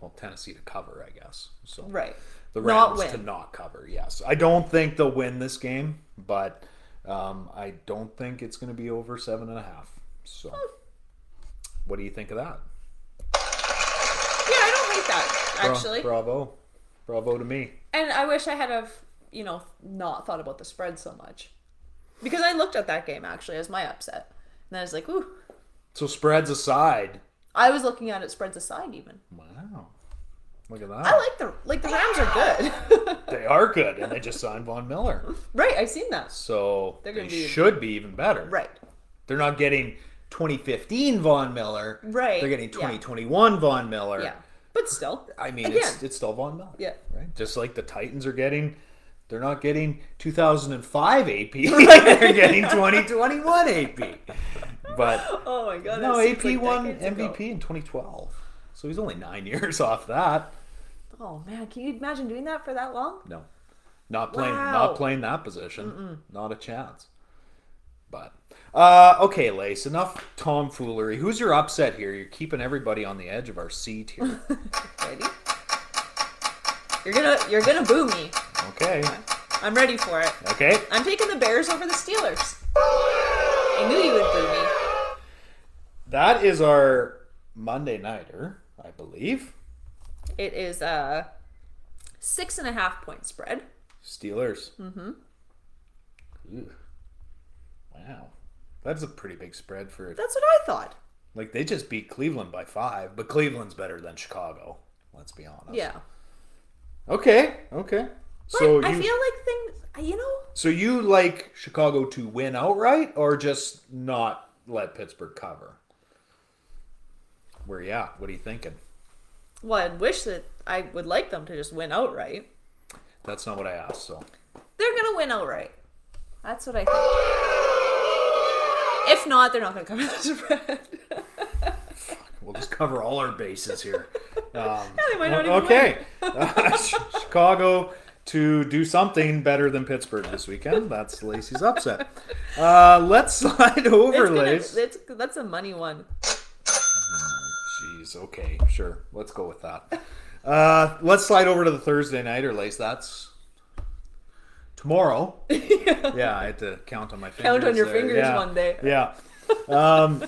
[SPEAKER 4] Well, Tennessee to cover, I guess. So
[SPEAKER 3] Right.
[SPEAKER 4] the
[SPEAKER 3] Not
[SPEAKER 4] Rams to
[SPEAKER 3] win.
[SPEAKER 4] not cover. Yes, I don't think they'll win this game, but um, I don't think it's going to be over seven and a half. So,
[SPEAKER 3] Hmm.
[SPEAKER 4] what do you think of that?
[SPEAKER 3] Yeah, I don't hate that
[SPEAKER 4] Bra-
[SPEAKER 3] actually.
[SPEAKER 4] bravo, bravo to me.
[SPEAKER 3] And I wish I had have you know not thought about the spread so much because I looked at that game actually as my upset, and I was like, ooh.
[SPEAKER 4] So spreads aside,
[SPEAKER 3] I was looking at it spreads aside even.
[SPEAKER 4] wow, look at
[SPEAKER 3] I
[SPEAKER 4] that.
[SPEAKER 3] like the like the Rams are good. [laughs]
[SPEAKER 4] they are good, and they just signed Von Miller.
[SPEAKER 3] right, I've seen that.
[SPEAKER 4] So
[SPEAKER 3] They're
[SPEAKER 4] they
[SPEAKER 3] gonna be-
[SPEAKER 4] should be even better.
[SPEAKER 3] Right.
[SPEAKER 4] They're not getting 2015 Von Miller.
[SPEAKER 3] Right,
[SPEAKER 4] They're getting
[SPEAKER 3] yeah.
[SPEAKER 4] 2021 Von Miller.
[SPEAKER 3] Yeah. But still.
[SPEAKER 4] I mean,
[SPEAKER 3] again,
[SPEAKER 4] it's it's still Von Miller.
[SPEAKER 3] Yeah.
[SPEAKER 4] Right. Just like the Titans are getting, they're not getting 2005 AP. [laughs]
[SPEAKER 3] [laughs]
[SPEAKER 4] they're getting 2021 AP. But
[SPEAKER 3] Oh my god.
[SPEAKER 4] no,
[SPEAKER 3] that seems
[SPEAKER 4] AP
[SPEAKER 3] like
[SPEAKER 4] won
[SPEAKER 3] decades ago.
[SPEAKER 4] MVP in 2012. So he's only nine [laughs] years off that.
[SPEAKER 3] Oh man, can you imagine doing that for that long?
[SPEAKER 4] No, not playing,
[SPEAKER 3] Wow.
[SPEAKER 4] not playing that position. Not a chance. But uh, okay, Lace. Enough tomfoolery. Who's your upset here? You're keeping everybody on the edge of our
[SPEAKER 3] [laughs]
[SPEAKER 4] seat here.
[SPEAKER 3] Ready? You're gonna you're gonna boo me.
[SPEAKER 4] Okay.
[SPEAKER 3] I'm ready for it.
[SPEAKER 4] Okay.
[SPEAKER 3] I'm taking the Bears over the Steelers. I knew you would boo me.
[SPEAKER 4] That is our Monday nighter, I believe.
[SPEAKER 3] It is a six and a half point spread.
[SPEAKER 4] Steelers. Mm-hmm. Wow, that's a pretty big spread for
[SPEAKER 3] That's what I thought.
[SPEAKER 4] like they just beat Cleveland by five, but Cleveland's better than Chicago. Let's be honest.
[SPEAKER 3] Yeah.
[SPEAKER 4] Okay. Okay.
[SPEAKER 3] But
[SPEAKER 4] so
[SPEAKER 3] I
[SPEAKER 4] you
[SPEAKER 3] feel like things you know,
[SPEAKER 4] So you like Chicago to win outright or just not let Pittsburgh cover? Where you at? What are you thinking?
[SPEAKER 3] well, I'd wish that I would like them to just win outright.
[SPEAKER 4] That's not what I asked, so
[SPEAKER 3] They're gonna win outright. That's what I think. If not, they're not gonna cover the spread. [laughs]
[SPEAKER 4] we'll just cover all our bases
[SPEAKER 3] [laughs]
[SPEAKER 4] here. Um,
[SPEAKER 3] they might not even win.
[SPEAKER 4] okay. [laughs] Uh, Chicago to do something better than Pittsburgh this weekend. That's Lacey's upset. Uh, let's [laughs] slide over,
[SPEAKER 3] It's gonna,
[SPEAKER 4] Lace.
[SPEAKER 3] it's, that's a money one.
[SPEAKER 4] Jeez, okay, sure. Let's go with that. Uh, let's slide over to the Thursday night or Lace. That's
[SPEAKER 3] [laughs]
[SPEAKER 4] tomorrow. yeah, I had to count on my fingers.
[SPEAKER 3] Count on your
[SPEAKER 4] there.
[SPEAKER 3] fingers
[SPEAKER 4] Yeah,
[SPEAKER 3] one day.
[SPEAKER 4] Yeah. Um,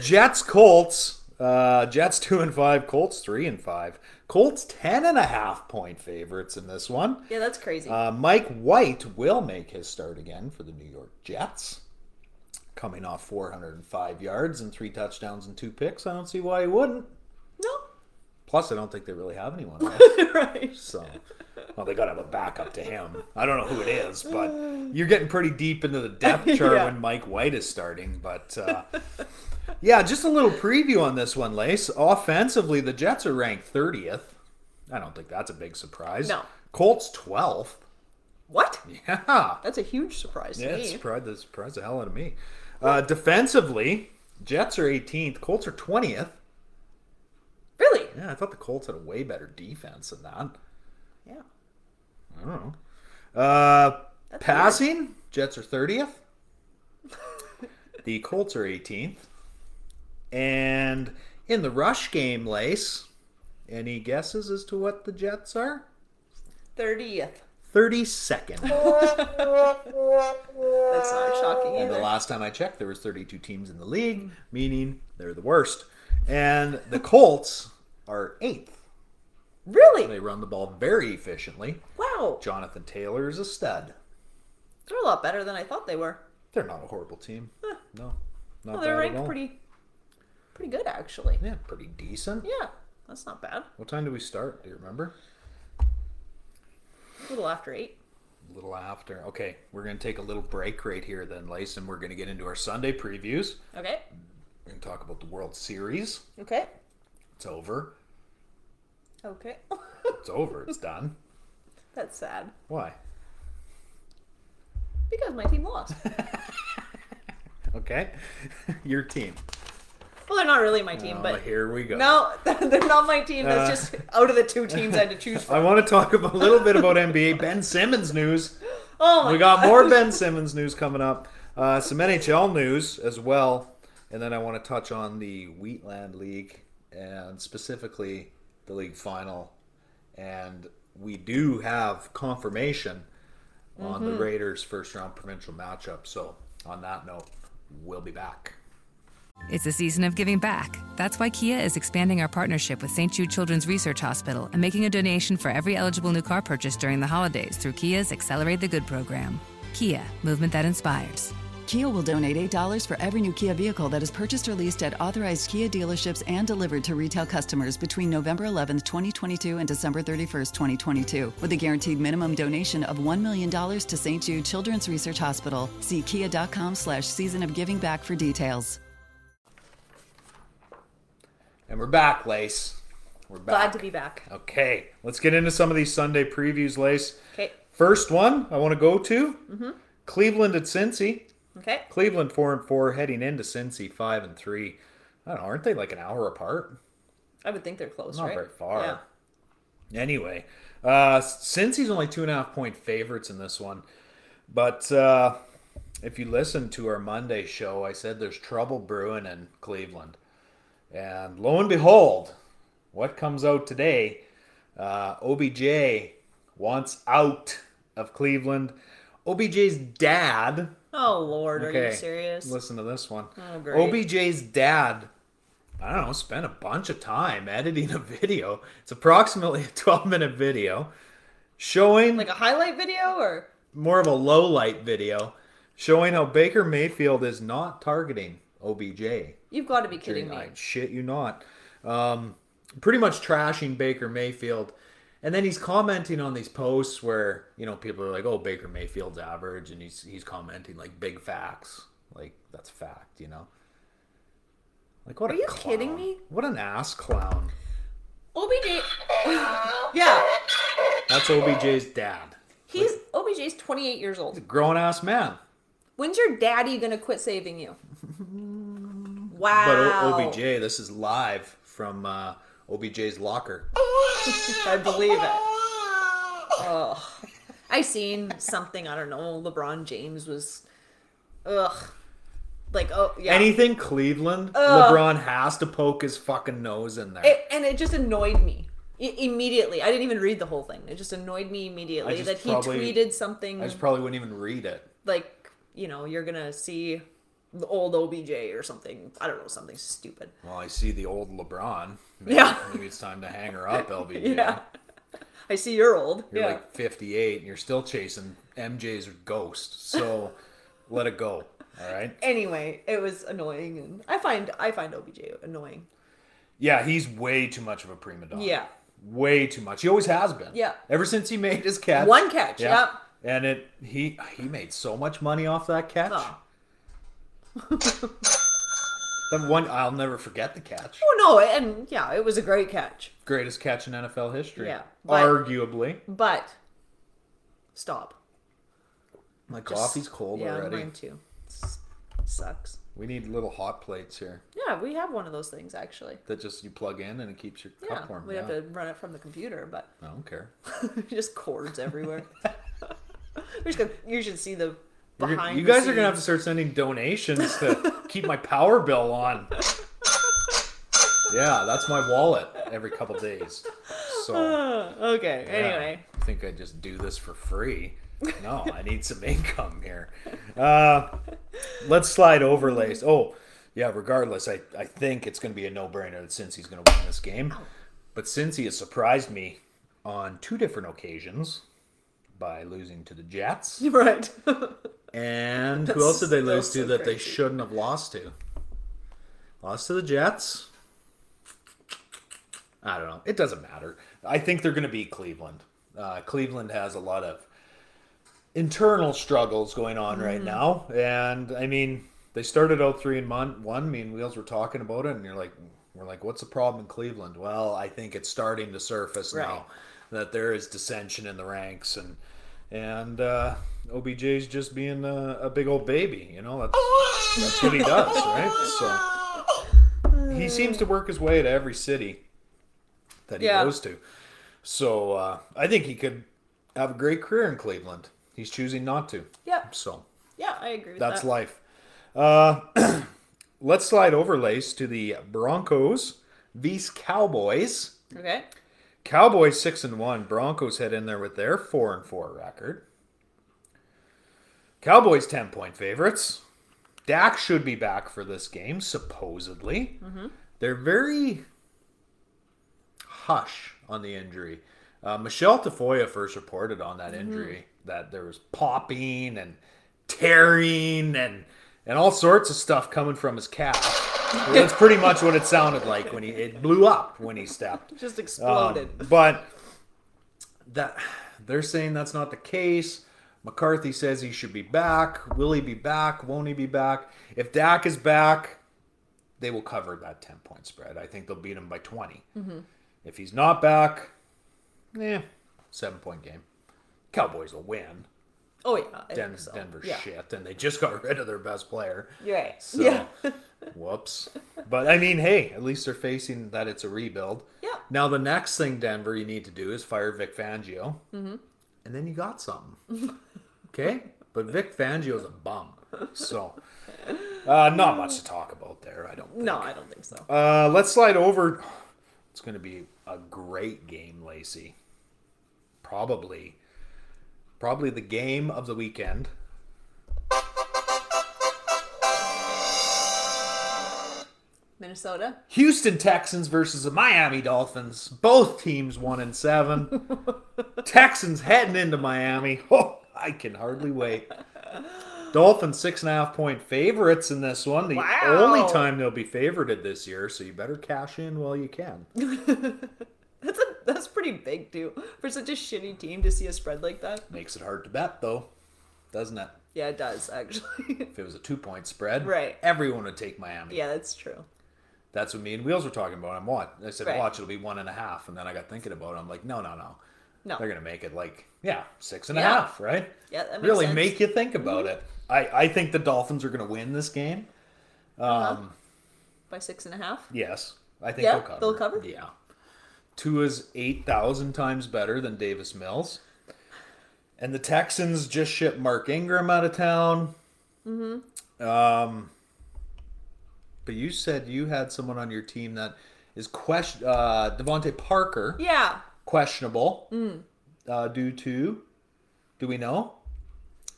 [SPEAKER 4] Jets Colts. Uh, Jets two and five. Colts three and five. Colts ten and a half point favorites in this one.
[SPEAKER 3] Yeah, that's crazy.
[SPEAKER 4] Uh, Mike White will make his start again for the New York Jets. Coming off 405 yards and three touchdowns and two picks. I don't see why he wouldn't.
[SPEAKER 3] no,
[SPEAKER 4] Plus, I don't think they really have anyone else.
[SPEAKER 3] [laughs] right?
[SPEAKER 4] So, well, they got to have a backup to him. I don't know who it is, but you're getting pretty deep into the depth chart
[SPEAKER 3] [laughs] Yeah.
[SPEAKER 4] when Mike White is starting. But uh, yeah, just a little preview on this one, Lace. Offensively, the Jets are ranked 30th. I don't think that's a big surprise.
[SPEAKER 3] No.
[SPEAKER 4] Colts 12th.
[SPEAKER 3] What?
[SPEAKER 4] [laughs] Yeah.
[SPEAKER 3] That's a huge surprise to
[SPEAKER 4] Yeah,
[SPEAKER 3] me.
[SPEAKER 4] it surprised the surprised the hell out of me. Uh, defensively, Jets are 18th, Colts are 20th.
[SPEAKER 3] really?
[SPEAKER 4] Yeah, I thought the Colts had a way better defense than that.
[SPEAKER 3] Yeah.
[SPEAKER 4] I don't know. Uh, passing, Jets are 30th. the Colts are 18th. And in the rush game, Lace, any guesses as to what the Jets are?
[SPEAKER 3] Thirtieth.
[SPEAKER 4] 32nd.
[SPEAKER 3] That's not shocking
[SPEAKER 4] and the
[SPEAKER 3] either.
[SPEAKER 4] last time I checked, there was 32 teams in the league, meaning they're the worst. And the Colts are 8th.
[SPEAKER 3] Really?
[SPEAKER 4] They run the ball very efficiently.
[SPEAKER 3] Wow.
[SPEAKER 4] Jonathan Taylor is a stud.
[SPEAKER 3] They're a lot better than I thought they were.
[SPEAKER 4] They're not a horrible team. No. Not
[SPEAKER 3] Well, they're
[SPEAKER 4] bad at
[SPEAKER 3] ranked
[SPEAKER 4] all.
[SPEAKER 3] pretty, pretty good actually.
[SPEAKER 4] Yeah, pretty decent.
[SPEAKER 3] Yeah, that's not bad.
[SPEAKER 4] What time do we start? Do you remember?
[SPEAKER 3] A little after eight.
[SPEAKER 4] A little after. Okay, we're going to take a little break right here then, Lace, and we're going to get into our Sunday previews.
[SPEAKER 3] Okay.
[SPEAKER 4] We're going to talk about the World Series.
[SPEAKER 3] Okay.
[SPEAKER 4] It's over.
[SPEAKER 3] Okay. [laughs]
[SPEAKER 4] It's over. It's done.
[SPEAKER 3] that's sad
[SPEAKER 4] Why?
[SPEAKER 3] because my team lost.
[SPEAKER 4] [laughs] Okay. Your team.
[SPEAKER 3] Well, they're not really my team,
[SPEAKER 4] Oh,
[SPEAKER 3] but
[SPEAKER 4] here we go.
[SPEAKER 3] no, [laughs] they're not my team. That's
[SPEAKER 4] Uh.
[SPEAKER 3] just out of the two teams I had to choose from.
[SPEAKER 4] I want to talk about- a little bit about NBA Ben Simmons news.
[SPEAKER 3] [gasps] Oh my
[SPEAKER 4] we got more Ben Simmons news coming up, uh, some NHL news as well, and then I want to touch on the Wheatland League and specifically the league final. And we do have confirmation on
[SPEAKER 3] Mm-hmm.
[SPEAKER 4] the Raiders' first round provincial matchup. So, on that note, we'll be back.
[SPEAKER 5] It's a season of giving back. That's why Kia is expanding our partnership with St. Jude Children's Research Hospital and making a donation for every eligible new car purchase during the holidays through Kia's Accelerate the Good program. Kia, movement that inspires.
[SPEAKER 6] Kia will donate $8 for every new Kia vehicle that is purchased or leased at authorized Kia dealerships and delivered to retail customers between November 11th, 2022 and December 31st, 2022, with a guaranteed minimum donation of $1 million to St. Jude Children's Research Hospital. See kia.com slash season of giving back for details.
[SPEAKER 4] And we're back, Lace. We're [laughs] back.
[SPEAKER 3] Glad to be back.
[SPEAKER 4] Okay, let's get into some of these Sunday previews, Lace.
[SPEAKER 3] Okay.
[SPEAKER 4] First one I want to go to Cleveland at Cincy.
[SPEAKER 3] Okay.
[SPEAKER 4] Cleveland four and four, heading into Cincy five and three. I don't know, aren't they like an hour apart?
[SPEAKER 3] I would think they're close,
[SPEAKER 4] Not
[SPEAKER 3] right?
[SPEAKER 4] very far.
[SPEAKER 3] Yeah.
[SPEAKER 4] Anyway, uh, Cincy's only two and a half point favorites in this one, but uh, if you listen to our Monday show, I said there's trouble brewing in Cleveland, and lo and behold, what comes out today? Uh, OBJ wants out of Cleveland. OBJ's dad
[SPEAKER 3] Oh Lord, are you
[SPEAKER 4] Okay,
[SPEAKER 3] serious? Oh,
[SPEAKER 4] Listen to this one.
[SPEAKER 3] great.
[SPEAKER 4] OBJ's dad, I don't know, spent a bunch of time editing a video. It's approximately a 12 minute video showing
[SPEAKER 3] Like a highlight video or
[SPEAKER 4] more of a low light video showing how Baker Mayfield is not targeting OBJ.
[SPEAKER 3] you've got to be kidding me.
[SPEAKER 4] I shit you not. Um, pretty much trashing Baker Mayfield. And then he's commenting on these posts where, you know, people are like, oh, Baker Mayfield's average. And he's, he's commenting like big facts. Like, that's fact, you know? Like, what
[SPEAKER 3] Are
[SPEAKER 4] a
[SPEAKER 3] you
[SPEAKER 4] clown.
[SPEAKER 3] kidding me?
[SPEAKER 4] What an ass clown.
[SPEAKER 3] OBJ, yeah,
[SPEAKER 4] That's OBJ's dad.
[SPEAKER 3] he's OBJ's 28 years old.
[SPEAKER 4] Grown ass man.
[SPEAKER 3] When's your daddy gonna quit saving
[SPEAKER 4] [laughs]
[SPEAKER 3] you?
[SPEAKER 4] But
[SPEAKER 3] Wow.
[SPEAKER 4] O- OBJ, this is live from uh, OBJ's locker.
[SPEAKER 3] [laughs] I believe it. Oh, I seen something. I don't know. LeBron James was, ugh, like oh yeah.
[SPEAKER 4] Anything Cleveland, LeBron has to poke his fucking nose in there.
[SPEAKER 3] It- and it just annoyed me I- immediately. I didn't even read the whole thing. It just annoyed me
[SPEAKER 4] I
[SPEAKER 3] immediately
[SPEAKER 4] just
[SPEAKER 3] that he
[SPEAKER 4] probably-
[SPEAKER 3] tweeted something
[SPEAKER 4] I just probably wouldn't even read it.
[SPEAKER 3] like you know you're gonna see the old OBJ or something. I don't know something stupid.
[SPEAKER 4] Well, I see the old LeBron. Maybe,
[SPEAKER 3] Yeah.
[SPEAKER 4] Maybe it's time to hang her up, LBJ.
[SPEAKER 3] [laughs] Yeah. I see you're old.
[SPEAKER 4] You're
[SPEAKER 3] yeah.
[SPEAKER 4] like 58 and you're still chasing MJ's ghost. So let it go. All right.
[SPEAKER 3] anyway, it was annoying, and I find I find OBJ annoying.
[SPEAKER 4] Yeah, he's way too much of a prima donna.
[SPEAKER 3] Yeah.
[SPEAKER 4] Way too much. He always has been.
[SPEAKER 3] Yeah.
[SPEAKER 4] Ever since he made his catch.
[SPEAKER 3] One catch, yeah.
[SPEAKER 4] And it he he made so much money off that catch.
[SPEAKER 3] Oh.
[SPEAKER 4] [laughs] That one I'll never forget the catch.
[SPEAKER 3] Oh no, and yeah, it was a great catch,
[SPEAKER 4] Greatest catch in NFL history.
[SPEAKER 3] Yeah, but-
[SPEAKER 4] Arguably.
[SPEAKER 3] but stop.
[SPEAKER 4] My coffee's cold
[SPEAKER 3] yeah,
[SPEAKER 4] already.
[SPEAKER 3] mine too. S- sucks.
[SPEAKER 4] We need little hot plates here
[SPEAKER 3] Yeah, we have one of those things actually.
[SPEAKER 4] that just you plug in and it keeps your
[SPEAKER 3] Yeah,
[SPEAKER 4] cup warm.
[SPEAKER 3] we'd have
[SPEAKER 4] Yeah.
[SPEAKER 3] to run it from the computer, but [laughs]
[SPEAKER 4] I don't care.
[SPEAKER 3] just cords everywhere. [laughs] We're just gonna, you should see the
[SPEAKER 4] You're-
[SPEAKER 3] behind.
[SPEAKER 4] you
[SPEAKER 3] the
[SPEAKER 4] guys are gonna have to
[SPEAKER 3] scenes.
[SPEAKER 4] start sending donations to keep my power bill on. yeah, that's my wallet every couple days. So
[SPEAKER 3] Okay.
[SPEAKER 4] yeah,
[SPEAKER 3] Anyway, [laughs]
[SPEAKER 4] I think I just do this for free. No, I need some income here. Uh, let's slide overlays. Oh, yeah. Regardless, I, I think it's gonna be a no brainer that Cincy's gonna win this game. But Cincy has surprised me on two different occasions by losing to the Jets.
[SPEAKER 3] right.
[SPEAKER 4] And who else did they
[SPEAKER 3] still
[SPEAKER 4] lose to
[SPEAKER 3] so
[SPEAKER 4] that they
[SPEAKER 3] crazy.
[SPEAKER 4] shouldn't have lost to? Lost to the Jets. I don't know. It doesn't matter. I think they're going to beat Cleveland. Uh, Cleveland has a lot of internal struggles going on
[SPEAKER 3] Mm-hmm.
[SPEAKER 4] right now, and I mean they started out three and mon- one. Me and Wheels were talking about it, and you're like, we're like, what's the problem in Cleveland? Well, I think it's starting to surface now that there is dissension in the ranks, and and uh, OBJ's just being a, a big old baby. You know, that's, that's what he does, right? So. he seems to work his way to every city that he
[SPEAKER 3] Yeah.
[SPEAKER 4] goes to. So uh, I think he could have a great career in Cleveland. He's choosing not to.
[SPEAKER 3] Yep.
[SPEAKER 4] So
[SPEAKER 3] Yeah, I agree with
[SPEAKER 4] that's
[SPEAKER 3] that.
[SPEAKER 4] life. Uh, [clears throat] let's slide overlays to the Broncos vs Cowboys.
[SPEAKER 3] Okay.
[SPEAKER 4] Cowboys six and one. Broncos head in there with their four and four record. Cowboys ten point favorites. Dak should be back for this game, supposedly. They're very hush on the injury. Uh, Michelle Tafoya first reported on that injury that there was popping and tearing and and all sorts of stuff coming from his calf. That's pretty much what it sounded like when he it blew up when he stepped.
[SPEAKER 3] Just
[SPEAKER 4] Um,
[SPEAKER 3] exploded.
[SPEAKER 4] but that they're saying that's not the case. McCarthy says he should be back. Will he be back? Won't he be back? If Dak is back, they will cover that 10 point spread. I think they'll beat him by 20.
[SPEAKER 3] Mm-hmm.
[SPEAKER 4] If he's not back, yeah, seven point game. Cowboys will win.
[SPEAKER 3] oh yeah. I
[SPEAKER 4] Den-
[SPEAKER 3] think so.
[SPEAKER 4] Denver
[SPEAKER 3] yeah.
[SPEAKER 4] shit, and they just got rid of their best player.
[SPEAKER 3] You're right.
[SPEAKER 4] So,
[SPEAKER 3] Yeah. [laughs]
[SPEAKER 4] whoops. But I mean, hey, at least they're facing that it's a rebuild.
[SPEAKER 3] Yeah.
[SPEAKER 4] Now the next thing Denver you need to do is fire Vic Fangio,
[SPEAKER 3] Mm-hmm.
[SPEAKER 4] and then you got something. okay. But Vic Fangio's a bum, so uh, not much to talk about there. I don't. Think.
[SPEAKER 3] No, I don't think so.
[SPEAKER 4] Uh, let's slide over. It's going to be a great game, Lacey. Probably, probably the game of the weekend.
[SPEAKER 3] Minnesota.
[SPEAKER 4] Houston Texans versus the Miami Dolphins. Both teams one
[SPEAKER 3] [laughs]
[SPEAKER 4] and seven. Texans heading into Miami. Oh, I can hardly wait. Dolphins six and a half point favorites in this one. The only time they'll be favorited this year, so you better cash in while
[SPEAKER 3] [laughs]
[SPEAKER 4] you can.
[SPEAKER 3] That's a that's pretty big too for such a shitty team to see a spread like that.
[SPEAKER 4] Makes it hard to bet though, doesn't it?
[SPEAKER 3] Yeah, it does actually. [laughs]
[SPEAKER 4] If it was a two point spread,
[SPEAKER 3] Right.
[SPEAKER 4] everyone would take Miami.
[SPEAKER 3] yeah, that's true.
[SPEAKER 4] That's what me and Wheels were talking about. I'm watch. I said,
[SPEAKER 3] Right.
[SPEAKER 4] watch, it'll be one and a half. And then I got thinking about it. I'm like, no, no, no.
[SPEAKER 3] No.
[SPEAKER 4] They're going to make it like, yeah, six and a half,
[SPEAKER 3] Yeah.
[SPEAKER 4] right?
[SPEAKER 3] Yeah, that makes
[SPEAKER 4] Really
[SPEAKER 3] sense. Mm-hmm.
[SPEAKER 4] make you think about it. I, I think the Dolphins are going to win this game.
[SPEAKER 3] By six and a half.
[SPEAKER 4] Yes. I think
[SPEAKER 3] Yeah,
[SPEAKER 4] they'll cover.
[SPEAKER 3] they'll cover?
[SPEAKER 4] Yeah. Tua's 8,000 times better than Davis Mills. And the Texans just shipped Mark Ingram out of town. Mm-hmm. Um, but you said you had someone on your team that is question uh, Devonte Parker
[SPEAKER 3] Yeah. Mm.
[SPEAKER 4] questionable uh, due to do we know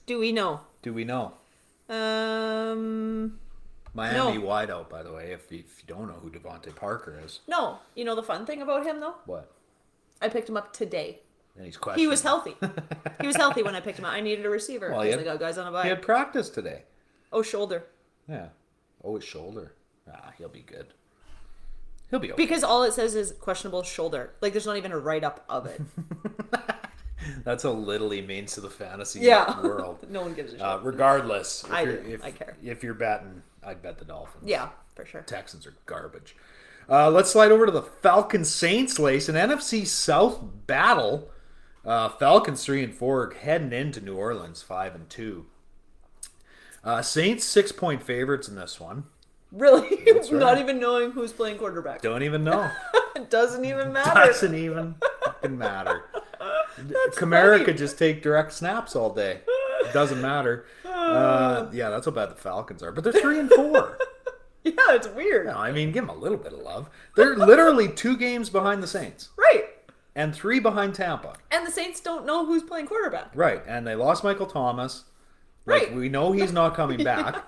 [SPEAKER 3] Do we know?
[SPEAKER 4] do we know
[SPEAKER 3] Um,
[SPEAKER 4] Miami
[SPEAKER 3] No.
[SPEAKER 4] wideout by the way if, if you don't know who Devonte Parker is
[SPEAKER 3] no. You know the fun thing about him though?
[SPEAKER 4] what
[SPEAKER 3] I picked him up today.
[SPEAKER 4] and he's questionable
[SPEAKER 3] He was healthy. he was healthy when I picked him up. I needed a receiver.
[SPEAKER 4] Well,
[SPEAKER 3] Well,
[SPEAKER 4] he
[SPEAKER 3] yeah. I
[SPEAKER 4] had-
[SPEAKER 3] got guys on a
[SPEAKER 4] He
[SPEAKER 3] bye.
[SPEAKER 4] had practice today.
[SPEAKER 3] Oh, shoulder.
[SPEAKER 4] Yeah. Oh, his shoulder. Ah, he'll be good. He'll be okay.
[SPEAKER 3] Because all it says is questionable shoulder. Like there's not even a write up of
[SPEAKER 4] [laughs]
[SPEAKER 3] it.
[SPEAKER 4] That's how little he means to the fantasy
[SPEAKER 3] Yeah.
[SPEAKER 4] world.
[SPEAKER 3] [laughs] no one gives a shit.
[SPEAKER 4] Uh, regardless, if
[SPEAKER 3] I
[SPEAKER 4] you're,
[SPEAKER 3] do.
[SPEAKER 4] If,
[SPEAKER 3] I care.
[SPEAKER 4] If you're betting, I'd bet the Dolphins.
[SPEAKER 3] yeah, for sure.
[SPEAKER 4] Texans are garbage. Uh, let's slide over to the Falcon Saints lace, an NFC South battle. Uh, Falcons three and four heading into New Orleans five and two. Uh, Saints six point favorites in this one.
[SPEAKER 3] Really? [laughs]
[SPEAKER 4] right.
[SPEAKER 3] not even knowing who's playing quarterback.
[SPEAKER 4] Don't even know.
[SPEAKER 3] It doesn't
[SPEAKER 4] [laughs]
[SPEAKER 3] even matter. [laughs]
[SPEAKER 4] doesn't even fucking matter. Kamara could just take direct snaps all day. It doesn't matter. Uh, yeah, that's how bad the Falcons are. But they're three and four.
[SPEAKER 3] Yeah, it's weird.
[SPEAKER 4] No, I mean, give them a little bit of love. They're literally two games behind the Saints
[SPEAKER 3] Right.
[SPEAKER 4] and three behind Tampa.
[SPEAKER 3] And the Saints don't know who's playing quarterback.
[SPEAKER 4] Right, and they lost Michael Thomas.
[SPEAKER 3] Right.
[SPEAKER 4] Like, we know he's
[SPEAKER 3] [laughs]
[SPEAKER 4] not coming back.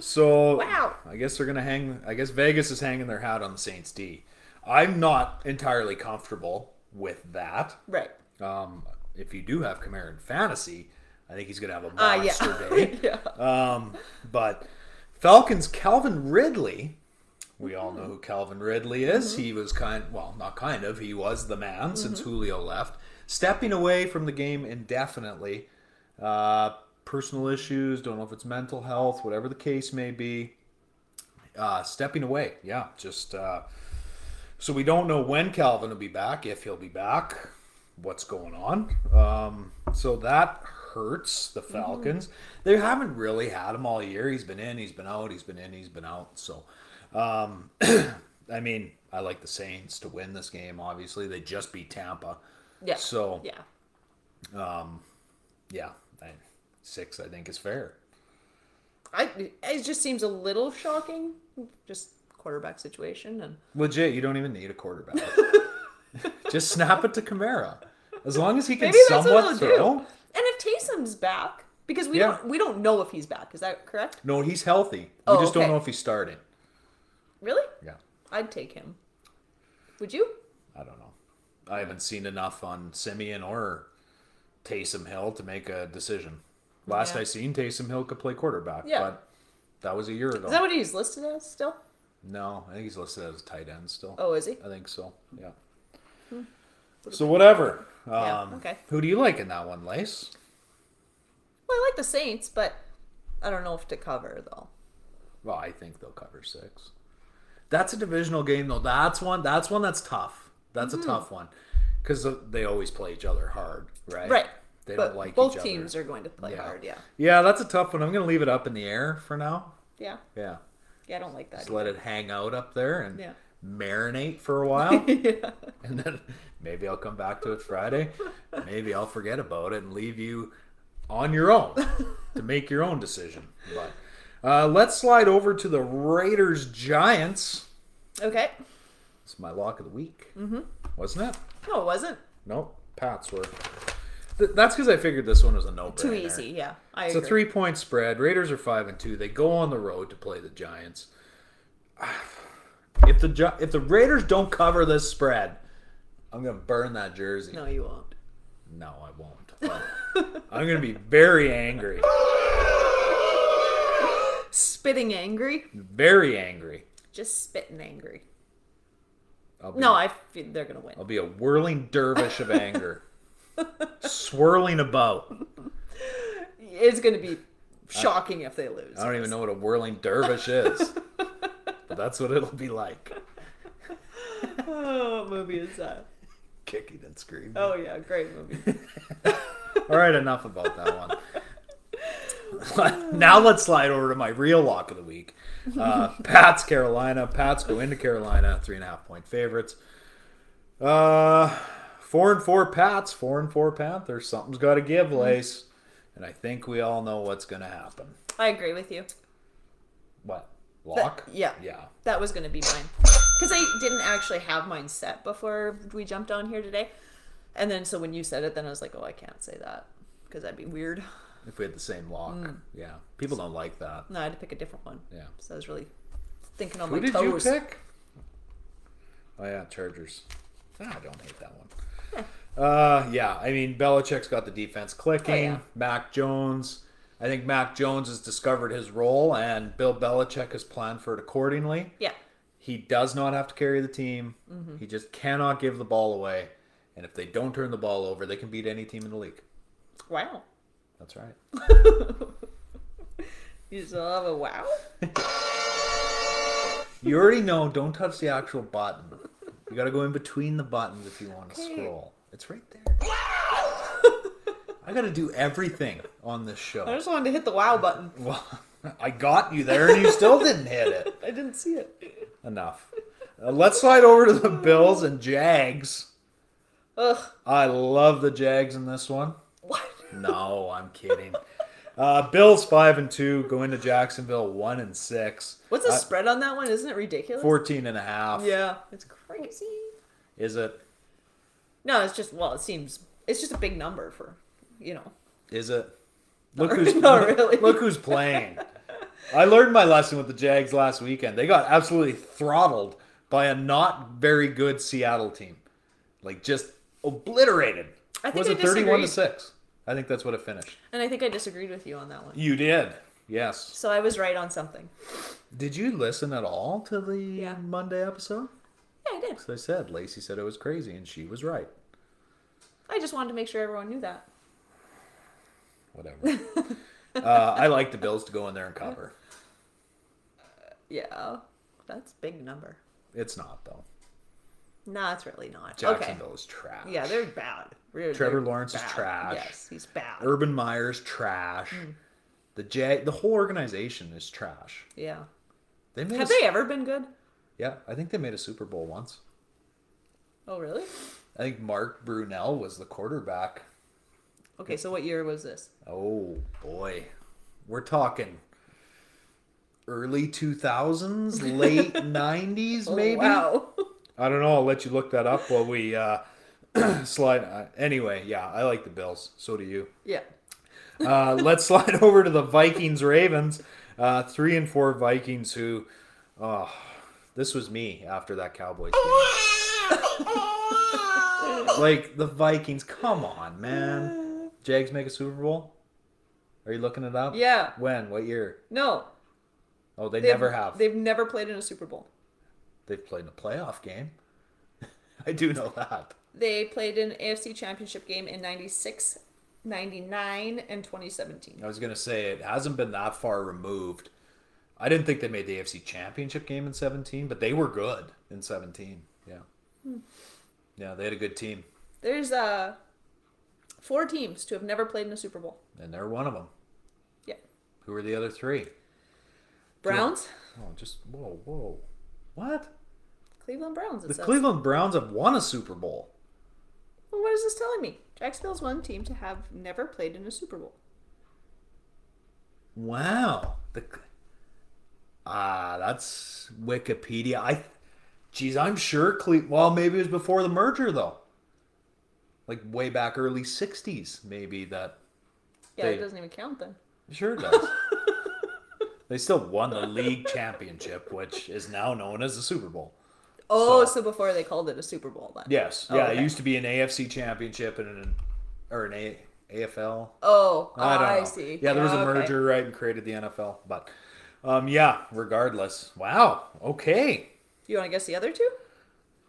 [SPEAKER 4] So
[SPEAKER 3] Wow.
[SPEAKER 4] I guess they're gonna hang. I guess Vegas is hanging their hat on the Saints D. I'm not entirely comfortable with that.
[SPEAKER 3] Right.
[SPEAKER 4] Um, if you do have Kamara in fantasy, I think he's going to have a
[SPEAKER 3] Ah,
[SPEAKER 4] monster
[SPEAKER 3] [laughs] yeah.
[SPEAKER 4] day. Um,
[SPEAKER 3] yeah.
[SPEAKER 4] But Falcons, Calvin Ridley. We all know who Calvin Ridley is.
[SPEAKER 3] Mm-hmm.
[SPEAKER 4] He was kind, well, not kind of. He was the man since Julio left, stepping away from the game indefinitely. Uh, personal issues. Don't know if it's mental health, whatever the case may be. Uh, stepping away. Yeah, just uh, so we don't know when Calvin will be back, if he'll be back, what's going on. Um, so that hurts the
[SPEAKER 3] Mm-hmm.
[SPEAKER 4] Falcons. They haven't really had him all year. He's been in, he's been out, he's been in, he's been out. So Um, [clears throat] I mean, I like the Saints to win this game. Obviously, they just beat Tampa.
[SPEAKER 3] Yeah.
[SPEAKER 4] So
[SPEAKER 3] yeah,
[SPEAKER 4] um, yeah, I- six I think is fair.
[SPEAKER 3] I it just seems a little shocking, just quarterback situation and
[SPEAKER 4] Legit, you don't even need a quarterback.
[SPEAKER 3] [laughs]
[SPEAKER 4] just snap it to Kamara. As long as he can
[SPEAKER 3] maybe that's
[SPEAKER 4] somewhat
[SPEAKER 3] what they'll do.
[SPEAKER 4] throw.
[SPEAKER 3] And if Taysom's back, because we
[SPEAKER 4] Yeah.
[SPEAKER 3] don't we don't know if he's back. Is that correct?
[SPEAKER 4] No, he's healthy. We
[SPEAKER 3] Oh,
[SPEAKER 4] just don't
[SPEAKER 3] okay.
[SPEAKER 4] know if he's starting.
[SPEAKER 3] Really?
[SPEAKER 4] Yeah.
[SPEAKER 3] I'd take him. Would you?
[SPEAKER 4] I don't know. I haven't seen enough on Simeon or Taysom Hill to make a decision. Last
[SPEAKER 3] Yeah.
[SPEAKER 4] I seen, Taysom Hill could play quarterback,
[SPEAKER 3] Yeah.
[SPEAKER 4] but that was a year ago.
[SPEAKER 3] Is that what he's listed as still?
[SPEAKER 4] No, I think he's listed as a tight end still.
[SPEAKER 3] Oh, is he?
[SPEAKER 4] I think so. Yeah.
[SPEAKER 3] Hmm.
[SPEAKER 4] So whatever. Um,
[SPEAKER 3] Yeah, okay.
[SPEAKER 4] Who do you like in that one, Lace?
[SPEAKER 3] Well, I like the Saints, but I don't know if to cover though.
[SPEAKER 4] Well, I think they'll cover six. That's a divisional game though. That's one. That's one that's tough. That's
[SPEAKER 3] Mhm.
[SPEAKER 4] a tough one because they always play each other hard, right?
[SPEAKER 3] Right.
[SPEAKER 4] They
[SPEAKER 3] but
[SPEAKER 4] don't like
[SPEAKER 3] both
[SPEAKER 4] each other.
[SPEAKER 3] teams are going to play
[SPEAKER 4] Yeah.
[SPEAKER 3] hard. Yeah.
[SPEAKER 4] Yeah, that's a tough one. I'm gonna leave it up in the air for now.
[SPEAKER 3] Yeah.
[SPEAKER 4] Yeah,
[SPEAKER 3] Yeah, I don't like that.
[SPEAKER 4] just let it hang out up there and
[SPEAKER 3] Yeah. [laughs]
[SPEAKER 4] marinate for a while, and then maybe I'll come back to it Friday. Maybe I'll forget about it and leave you on your own
[SPEAKER 3] [laughs]
[SPEAKER 4] to make your own decision. But uh, let's slide over to the Raiders Giants.
[SPEAKER 3] Okay.
[SPEAKER 4] It's my lock of the week,
[SPEAKER 3] Mm-hmm.
[SPEAKER 4] wasn't it?
[SPEAKER 3] No, it wasn't.
[SPEAKER 4] Nope, Pats were. Th- that's because I figured this one was a no.
[SPEAKER 3] Too easy. Yeah. I
[SPEAKER 4] it's
[SPEAKER 3] agree.
[SPEAKER 4] a three point spread. Raiders are five and two. They go on the road to play the Giants. If the Gi- if the Raiders don't cover this spread, I'm gonna burn that jersey.
[SPEAKER 3] No, you won't.
[SPEAKER 4] No, I won't. But I'm gonna be very angry.
[SPEAKER 3] Spitting angry.
[SPEAKER 4] Very angry.
[SPEAKER 3] Just spitting angry.
[SPEAKER 4] I'll be,
[SPEAKER 3] No, I feel they're gonna win.
[SPEAKER 4] I'll be a whirling dervish of anger, swirling about.
[SPEAKER 3] It's gonna be shocking if they lose.
[SPEAKER 4] I don't even know what a whirling dervish is, but that's what it'll be like.
[SPEAKER 3] oh, what movie is that?
[SPEAKER 4] Kicking and screaming.
[SPEAKER 3] Oh yeah, great movie.
[SPEAKER 4] [laughs] All right, enough about that one. [laughs] now let's slide over to my real lock of the week.
[SPEAKER 3] [laughs]
[SPEAKER 4] Uh, Pats, Carolina. Pats go into Carolina, three and a half point favorites. Uh, four and four Pats, four and four Panthers. Something's got to
[SPEAKER 3] Mm-hmm.
[SPEAKER 4] give, Lace. And I think we all know what's going to happen.
[SPEAKER 3] I agree with you.
[SPEAKER 4] What? Lock?
[SPEAKER 3] That- yeah.
[SPEAKER 4] Yeah.
[SPEAKER 3] That was going to be mine. Because I didn't actually have mine set before we jumped on here today. And then, so when you said it, then I was like, oh, I can't say that. Because that'd be weird. [laughs]
[SPEAKER 4] If we had the same lock.
[SPEAKER 3] Mm.
[SPEAKER 4] Yeah. People don't like that.
[SPEAKER 3] No, I had to pick a different one.
[SPEAKER 4] Yeah.
[SPEAKER 3] So I was really thinking on
[SPEAKER 4] Who
[SPEAKER 3] my
[SPEAKER 4] did you
[SPEAKER 3] toes.
[SPEAKER 4] pick? Oh yeah, Chargers. Ah, I don't hate that one. Uh, yeah, I mean Belichick's got the defense clicking.
[SPEAKER 3] Oh, yeah.
[SPEAKER 4] Mac Jones. I think Mac Jones has discovered his role, and Bill Belichick has planned for it accordingly.
[SPEAKER 3] Yeah.
[SPEAKER 4] He does not have to carry the team.
[SPEAKER 3] Mhm.
[SPEAKER 4] He just cannot give the ball away. And if they don't turn the ball over, they can beat any team in the league.
[SPEAKER 3] Wow.
[SPEAKER 4] That's right.
[SPEAKER 3] You still have a wow?
[SPEAKER 4] You already know. Don't touch the actual button. You got to go in between the buttons if you want to
[SPEAKER 3] Okay.
[SPEAKER 4] scroll. It's right there. [laughs] I got to do everything on this
[SPEAKER 3] I
[SPEAKER 4] show.
[SPEAKER 3] just wanted to hit the wow button.
[SPEAKER 4] Well, I got you there, and you still didn't hit it.
[SPEAKER 3] I didn't see it.
[SPEAKER 4] Enough. Uh, let's slide over to the Bills and Jags.
[SPEAKER 3] Ugh.
[SPEAKER 4] I love the Jags in this one. What? No, I'm kidding. Uh, Bills five and two go into Jacksonville one and six.
[SPEAKER 3] What's the
[SPEAKER 4] Uh,
[SPEAKER 3] spread on that one? Isn't it ridiculous?
[SPEAKER 4] 14 and a half.
[SPEAKER 3] Yeah. It's crazy.
[SPEAKER 4] Is it?
[SPEAKER 3] No, it's just, well, it seems, it's just a big number for, you know.
[SPEAKER 4] Is it? Look who's
[SPEAKER 3] not really.
[SPEAKER 4] look who's playing. I learned my lesson with the Jags last weekend. They got absolutely throttled by a not very good Seattle team, like just obliterated.
[SPEAKER 3] I think
[SPEAKER 4] was
[SPEAKER 3] I
[SPEAKER 4] it thirty-one to
[SPEAKER 3] disagreed.
[SPEAKER 4] six? I think that's what it finished.
[SPEAKER 3] And I think I disagreed with you on that one.
[SPEAKER 4] You did, yes.
[SPEAKER 3] So I was right on something.
[SPEAKER 4] Did you listen at all to the Monday episode?
[SPEAKER 3] Yeah, I did.
[SPEAKER 4] As I said, Lacey said it was crazy, and she was right.
[SPEAKER 3] I just wanted to make sure everyone knew that. [laughs]
[SPEAKER 4] Whatever. uh, I like the Bills to go in there and cover.
[SPEAKER 3] Yeah, that's a big number.
[SPEAKER 4] It's not though.
[SPEAKER 3] Nah, it's really not.
[SPEAKER 4] Jacksonville
[SPEAKER 3] okay.
[SPEAKER 4] is trash.
[SPEAKER 3] Yeah, they're bad. They're-
[SPEAKER 4] Trevor
[SPEAKER 3] they're
[SPEAKER 4] Lawrence
[SPEAKER 3] bad.
[SPEAKER 4] is trash.
[SPEAKER 3] Yes, he's bad.
[SPEAKER 4] Urban Meyer's trash.
[SPEAKER 3] Mm.
[SPEAKER 4] The Jag, the whole organization is trash.
[SPEAKER 3] Yeah.
[SPEAKER 4] They made
[SPEAKER 3] Have
[SPEAKER 4] a,
[SPEAKER 3] they ever been good?
[SPEAKER 4] Yeah, I think they made a Super Bowl once.
[SPEAKER 3] Oh, really?
[SPEAKER 4] I think Mark Brunell was the quarterback.
[SPEAKER 3] Okay, so what year was this?
[SPEAKER 4] Oh boy, we're talking early two thousands,
[SPEAKER 3] [laughs]
[SPEAKER 4] late nineties,
[SPEAKER 3] Oh, [laughs]
[SPEAKER 4] maybe.
[SPEAKER 3] wow.
[SPEAKER 4] I don't know. I'll let you look that up while we uh, [clears throat] slide. Uh, anyway, yeah, I like the Bills. So do you.
[SPEAKER 3] Yeah.
[SPEAKER 4] Uh, let's [laughs] slide over to the Vikings Ravens. Uh, three and four Vikings who, oh, this was me after that Cowboys [laughs] game. like the Vikings, come on, man. Jags make a Super Bowl. Are you looking it up?
[SPEAKER 3] Yeah.
[SPEAKER 4] When? What year?
[SPEAKER 3] No.
[SPEAKER 4] Oh, they never have. They've,
[SPEAKER 3] They've never played in a Super Bowl.
[SPEAKER 4] played in a playoff game. [laughs] I do know that.
[SPEAKER 3] They played an AFC Championship game in 96, 99, and 2017.
[SPEAKER 4] I was gonna say it hasn't been that far removed. I didn't think they made the AFC Championship game in 17, but they were good in 17. Yeah. Yeah, they had a good team,
[SPEAKER 3] There's uh, four teams to have never played in a Super Bowl.
[SPEAKER 4] and they're one of them.
[SPEAKER 3] Yeah.
[SPEAKER 4] Who were the other three?
[SPEAKER 3] Browns?
[SPEAKER 4] Oh, just whoa, whoa. What?
[SPEAKER 3] Cleveland Browns, it
[SPEAKER 4] The
[SPEAKER 3] says.
[SPEAKER 4] Cleveland Browns have won a Super Bowl.
[SPEAKER 3] Well, what is this telling me? Jacksonville's one team to have never played in a Super Bowl.
[SPEAKER 4] Wow. The ah, that's Wikipedia. I, geez, I'm sure Cle. Well, maybe it was before the merger though. Like way back early '60s, maybe that.
[SPEAKER 3] Yeah,
[SPEAKER 4] They-
[SPEAKER 3] it doesn't even count then.
[SPEAKER 4] Sure does. [laughs] they still won the league championship, which is now known as the Super Bowl.
[SPEAKER 3] Oh, so, before they called it a Super Bowl then.
[SPEAKER 4] Yes.
[SPEAKER 3] Oh,
[SPEAKER 4] yeah, it
[SPEAKER 3] okay.
[SPEAKER 4] used to be an AFC championship and an or an A, AFL.
[SPEAKER 3] Oh,
[SPEAKER 4] I don't know.
[SPEAKER 3] see.
[SPEAKER 4] Yeah, there was a
[SPEAKER 3] okay.
[SPEAKER 4] merger, right, and created the NFL. But um, yeah, regardless. Wow. Okay.
[SPEAKER 3] You want to guess the other two?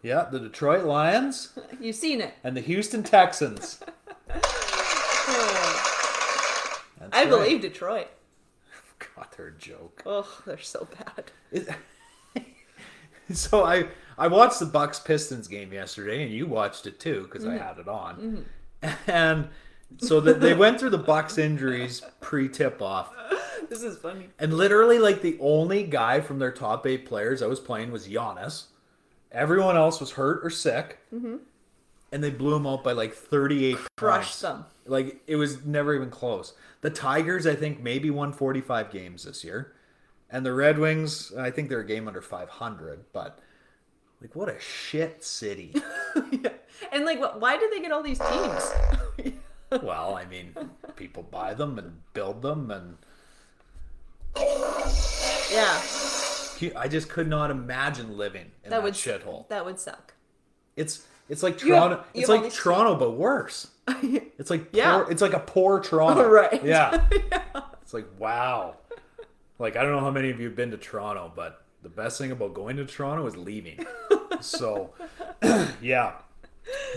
[SPEAKER 4] Yeah, the Detroit Lions
[SPEAKER 3] You've seen it.
[SPEAKER 4] and the Houston Texans. That's
[SPEAKER 3] [laughs] I
[SPEAKER 4] right.
[SPEAKER 3] believe Detroit.
[SPEAKER 4] God, they're a joke. [laughs]
[SPEAKER 3] Oh, they're so bad. [laughs]
[SPEAKER 4] So I I watched the Bucks Pistons game yesterday, and you watched it too because
[SPEAKER 3] Mm-hmm.
[SPEAKER 4] I had it on. [laughs] And so that they went through the Bucks injuries pre tip off,
[SPEAKER 3] This is funny.
[SPEAKER 4] and literally like the only guy from their top eight players I was playing was Giannis. Everyone else was hurt or sick, and they blew him out by like thirty eight.
[SPEAKER 3] Crush them.
[SPEAKER 4] Like it was never even close. The Tigers, I think, maybe won 45 games this year, and the Red Wings, I think they're a game under 500. But like, what a shit city.
[SPEAKER 3] And like, wh- why did they get all these teams?
[SPEAKER 4] well, I mean, people buy them and build them, and
[SPEAKER 3] Yeah,
[SPEAKER 4] he- I just could not imagine living in that,
[SPEAKER 3] that would
[SPEAKER 4] shithole.
[SPEAKER 3] That would suck.
[SPEAKER 4] It's it's like
[SPEAKER 3] You have-
[SPEAKER 4] Toronto.
[SPEAKER 3] you
[SPEAKER 4] it's
[SPEAKER 3] have all
[SPEAKER 4] like
[SPEAKER 3] these-
[SPEAKER 4] Toronto, but worse. It's like
[SPEAKER 3] [laughs] Yeah.
[SPEAKER 4] poor, it's like a poor Toronto.
[SPEAKER 3] [laughs] Right.
[SPEAKER 4] Yeah. It's like wow. Like I don't know how many of you have been to Toronto, but the best thing about going to Toronto
[SPEAKER 3] [laughs]
[SPEAKER 4] is leaving. so, [clears throat] yeah.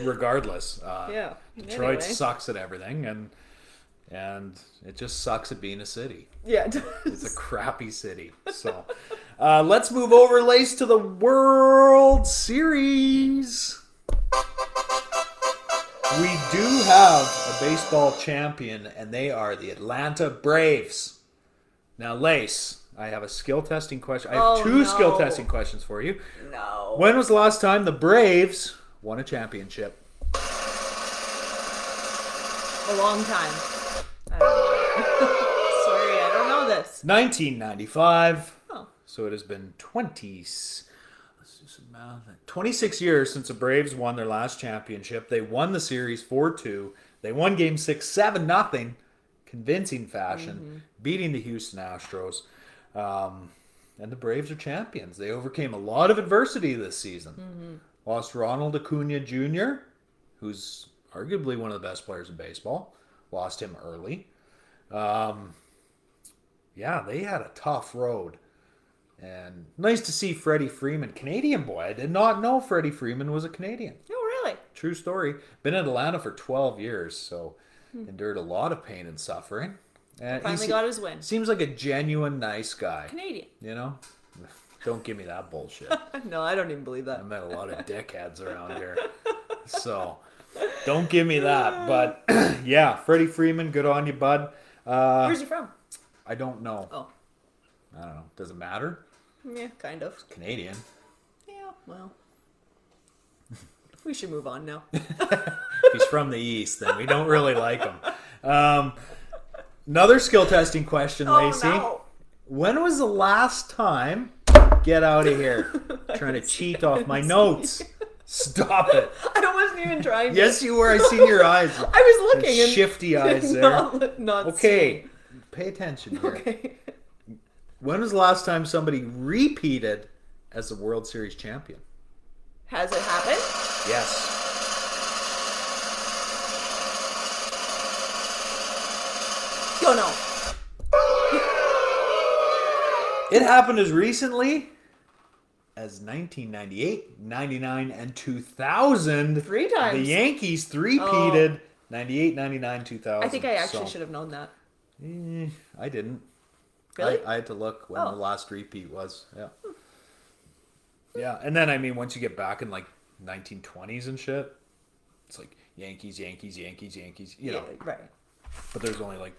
[SPEAKER 4] Regardless, uh,
[SPEAKER 3] Yeah.
[SPEAKER 4] Detroit
[SPEAKER 3] Anyway.
[SPEAKER 4] sucks at everything, and and it just sucks at being a city.
[SPEAKER 3] Yeah. it does.
[SPEAKER 4] It's a crappy city. So, uh, let's move over, Lace, to the World Series. We do have a baseball champion, and they are the Atlanta Braves. Now, Lace, I have a skill testing question. I have
[SPEAKER 3] Oh,
[SPEAKER 4] two skill
[SPEAKER 3] no.
[SPEAKER 4] testing questions for you.
[SPEAKER 3] No.
[SPEAKER 4] When was the last time the Braves won a championship?
[SPEAKER 3] A long time. I don't know. [laughs] Sorry, I don't know this.
[SPEAKER 4] 1995.
[SPEAKER 3] Oh.
[SPEAKER 4] So it has been 20. Let's do some math. 26 years since the Braves won their last championship. They won the series 4 2. They won game 6 7 nothing, convincing fashion, beating the Houston Astros. Um, and the Braves are champions. They overcame a lot of adversity this season. Lost Ronald Acuna Jr., who's arguably one of the best players in baseball. Lost him early. Um, yeah, they had a tough road. And nice to see Freddie Freeman, Canadian boy. I did not know Freddie Freeman was a Canadian.
[SPEAKER 3] No, really.
[SPEAKER 4] True story. Been in Atlanta for 12 years, so endured a lot of pain and suffering. And he
[SPEAKER 3] Hmm. Finally
[SPEAKER 4] se-
[SPEAKER 3] got his win.
[SPEAKER 4] Seems like a genuine nice guy.
[SPEAKER 3] Canadian.
[SPEAKER 4] You know? [laughs] Don't give me that bullshit.
[SPEAKER 3] No, I don't even believe
[SPEAKER 4] I
[SPEAKER 3] that.
[SPEAKER 4] met a lot of dickheads around here. So don't give me that. But [clears throat] yeah, Freddie Freeman, good on you, bud. Uh,
[SPEAKER 3] Where's he from?
[SPEAKER 4] I don't know.
[SPEAKER 3] Oh.
[SPEAKER 4] I don't know. Does it matter?
[SPEAKER 3] Yeah, kind of.
[SPEAKER 4] Canadian.
[SPEAKER 3] Yeah, well. [laughs] we should move on now.
[SPEAKER 4] He's from the East, then we don't really like him. Um, another skill testing question, Lacey.
[SPEAKER 3] Oh, no. [laughs]
[SPEAKER 4] When was the last time? Get out of
[SPEAKER 3] [laughs]
[SPEAKER 4] here! trying to cheat off my notes. Stop it!
[SPEAKER 3] I wasn't even trying. to-
[SPEAKER 4] Yes, you were. I seen your
[SPEAKER 3] [laughs]
[SPEAKER 4] eyes.
[SPEAKER 3] I was looking.
[SPEAKER 4] Those
[SPEAKER 3] and [laughs]
[SPEAKER 4] shifty eyes there.
[SPEAKER 3] Not, look- not
[SPEAKER 4] Okay, pay attention here.
[SPEAKER 3] Okay.
[SPEAKER 4] When was the last time somebody repeated as the World Series champion?
[SPEAKER 3] Has it happened?
[SPEAKER 4] Yes.
[SPEAKER 3] Don't know.
[SPEAKER 4] It happened as recently as 1998, 99, and 2000.
[SPEAKER 3] Three times. Oh.
[SPEAKER 4] The Yankees three-peated 98, 99, 2000.
[SPEAKER 3] I think I actually
[SPEAKER 4] So,
[SPEAKER 3] should have known that.
[SPEAKER 4] eh, I didn't.
[SPEAKER 3] Really?
[SPEAKER 4] I, I had to look when
[SPEAKER 3] Oh. Hmm.
[SPEAKER 4] the last repeat was. Yeah. Yeah, and then I mean, once you get back in like 1920s and shit, it's like Yankees, Yankees, Yankees, Yankees. You know,
[SPEAKER 3] Yeah, right.
[SPEAKER 4] but there's only like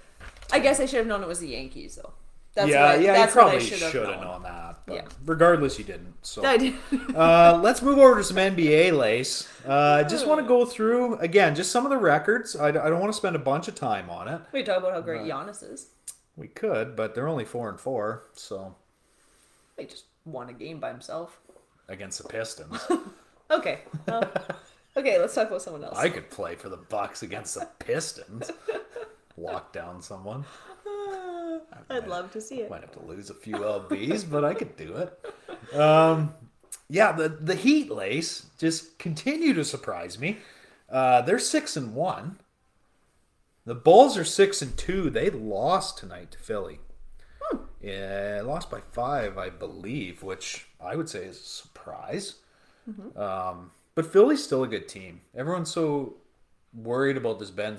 [SPEAKER 3] I guess I should have known it was the Yankees, though. That's
[SPEAKER 4] yeah,
[SPEAKER 3] what I,
[SPEAKER 4] yeah.
[SPEAKER 3] that's
[SPEAKER 4] you
[SPEAKER 3] what I
[SPEAKER 4] probably
[SPEAKER 3] should have known.
[SPEAKER 4] known that. But
[SPEAKER 3] Yeah.
[SPEAKER 4] regardless, you didn't.
[SPEAKER 3] [laughs]
[SPEAKER 4] So
[SPEAKER 3] I did.
[SPEAKER 4] uh, let's move over to some NBA lace. Uh, just want to go through again just some of the records. I, I don't want to spend a bunch of time on it.
[SPEAKER 3] We talk about how great Giannis is.
[SPEAKER 4] We could, but they're only four and four, so
[SPEAKER 3] He just won a game by himself.
[SPEAKER 4] against the Pistons,
[SPEAKER 3] Okay.
[SPEAKER 4] [laughs]
[SPEAKER 3] well, okay, let's talk about someone else.
[SPEAKER 4] I could play for the Bucks against the Pistons. Lock down someone.
[SPEAKER 3] I'd love to see it.
[SPEAKER 4] Might have to lose a few lbs, but I could do it. Um, yeah, the the Heat lace just continue to surprise me. Uh, they're six and one. The Bulls are six and two. They lost tonight to Philly. Yeah, lost by five, I believe, which I would say is a surprise. Um, but Philly's still a good team. Everyone's so worried about this Ben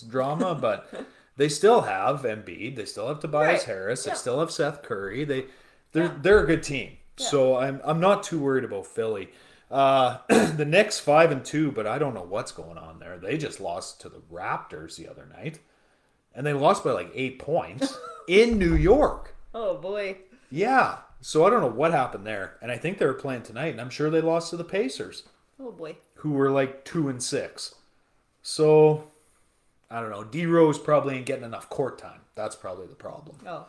[SPEAKER 3] [laughs]
[SPEAKER 4] drama, but they still have Embiid. They still have Tobias
[SPEAKER 3] Right.
[SPEAKER 4] Harris.
[SPEAKER 3] Yeah.
[SPEAKER 4] They still have Seth Curry. They they're they're a good team. So I'm I'm not too worried about Philly. Uh, [clears throat] the Knicks five and two, but I don't know what's going on there. They just lost to the Raptors the other night, and they lost by like
[SPEAKER 3] [laughs]
[SPEAKER 4] eight points in New York.
[SPEAKER 3] Oh boy.
[SPEAKER 4] Yeah. So I don't know what happened there, and I think they were playing tonight, and I'm sure they lost to the Pacers
[SPEAKER 3] Oh boy.
[SPEAKER 4] who were like two and six. So I don't know. D Rose probably ain't getting enough court time. That's probably the problem.
[SPEAKER 3] Oh,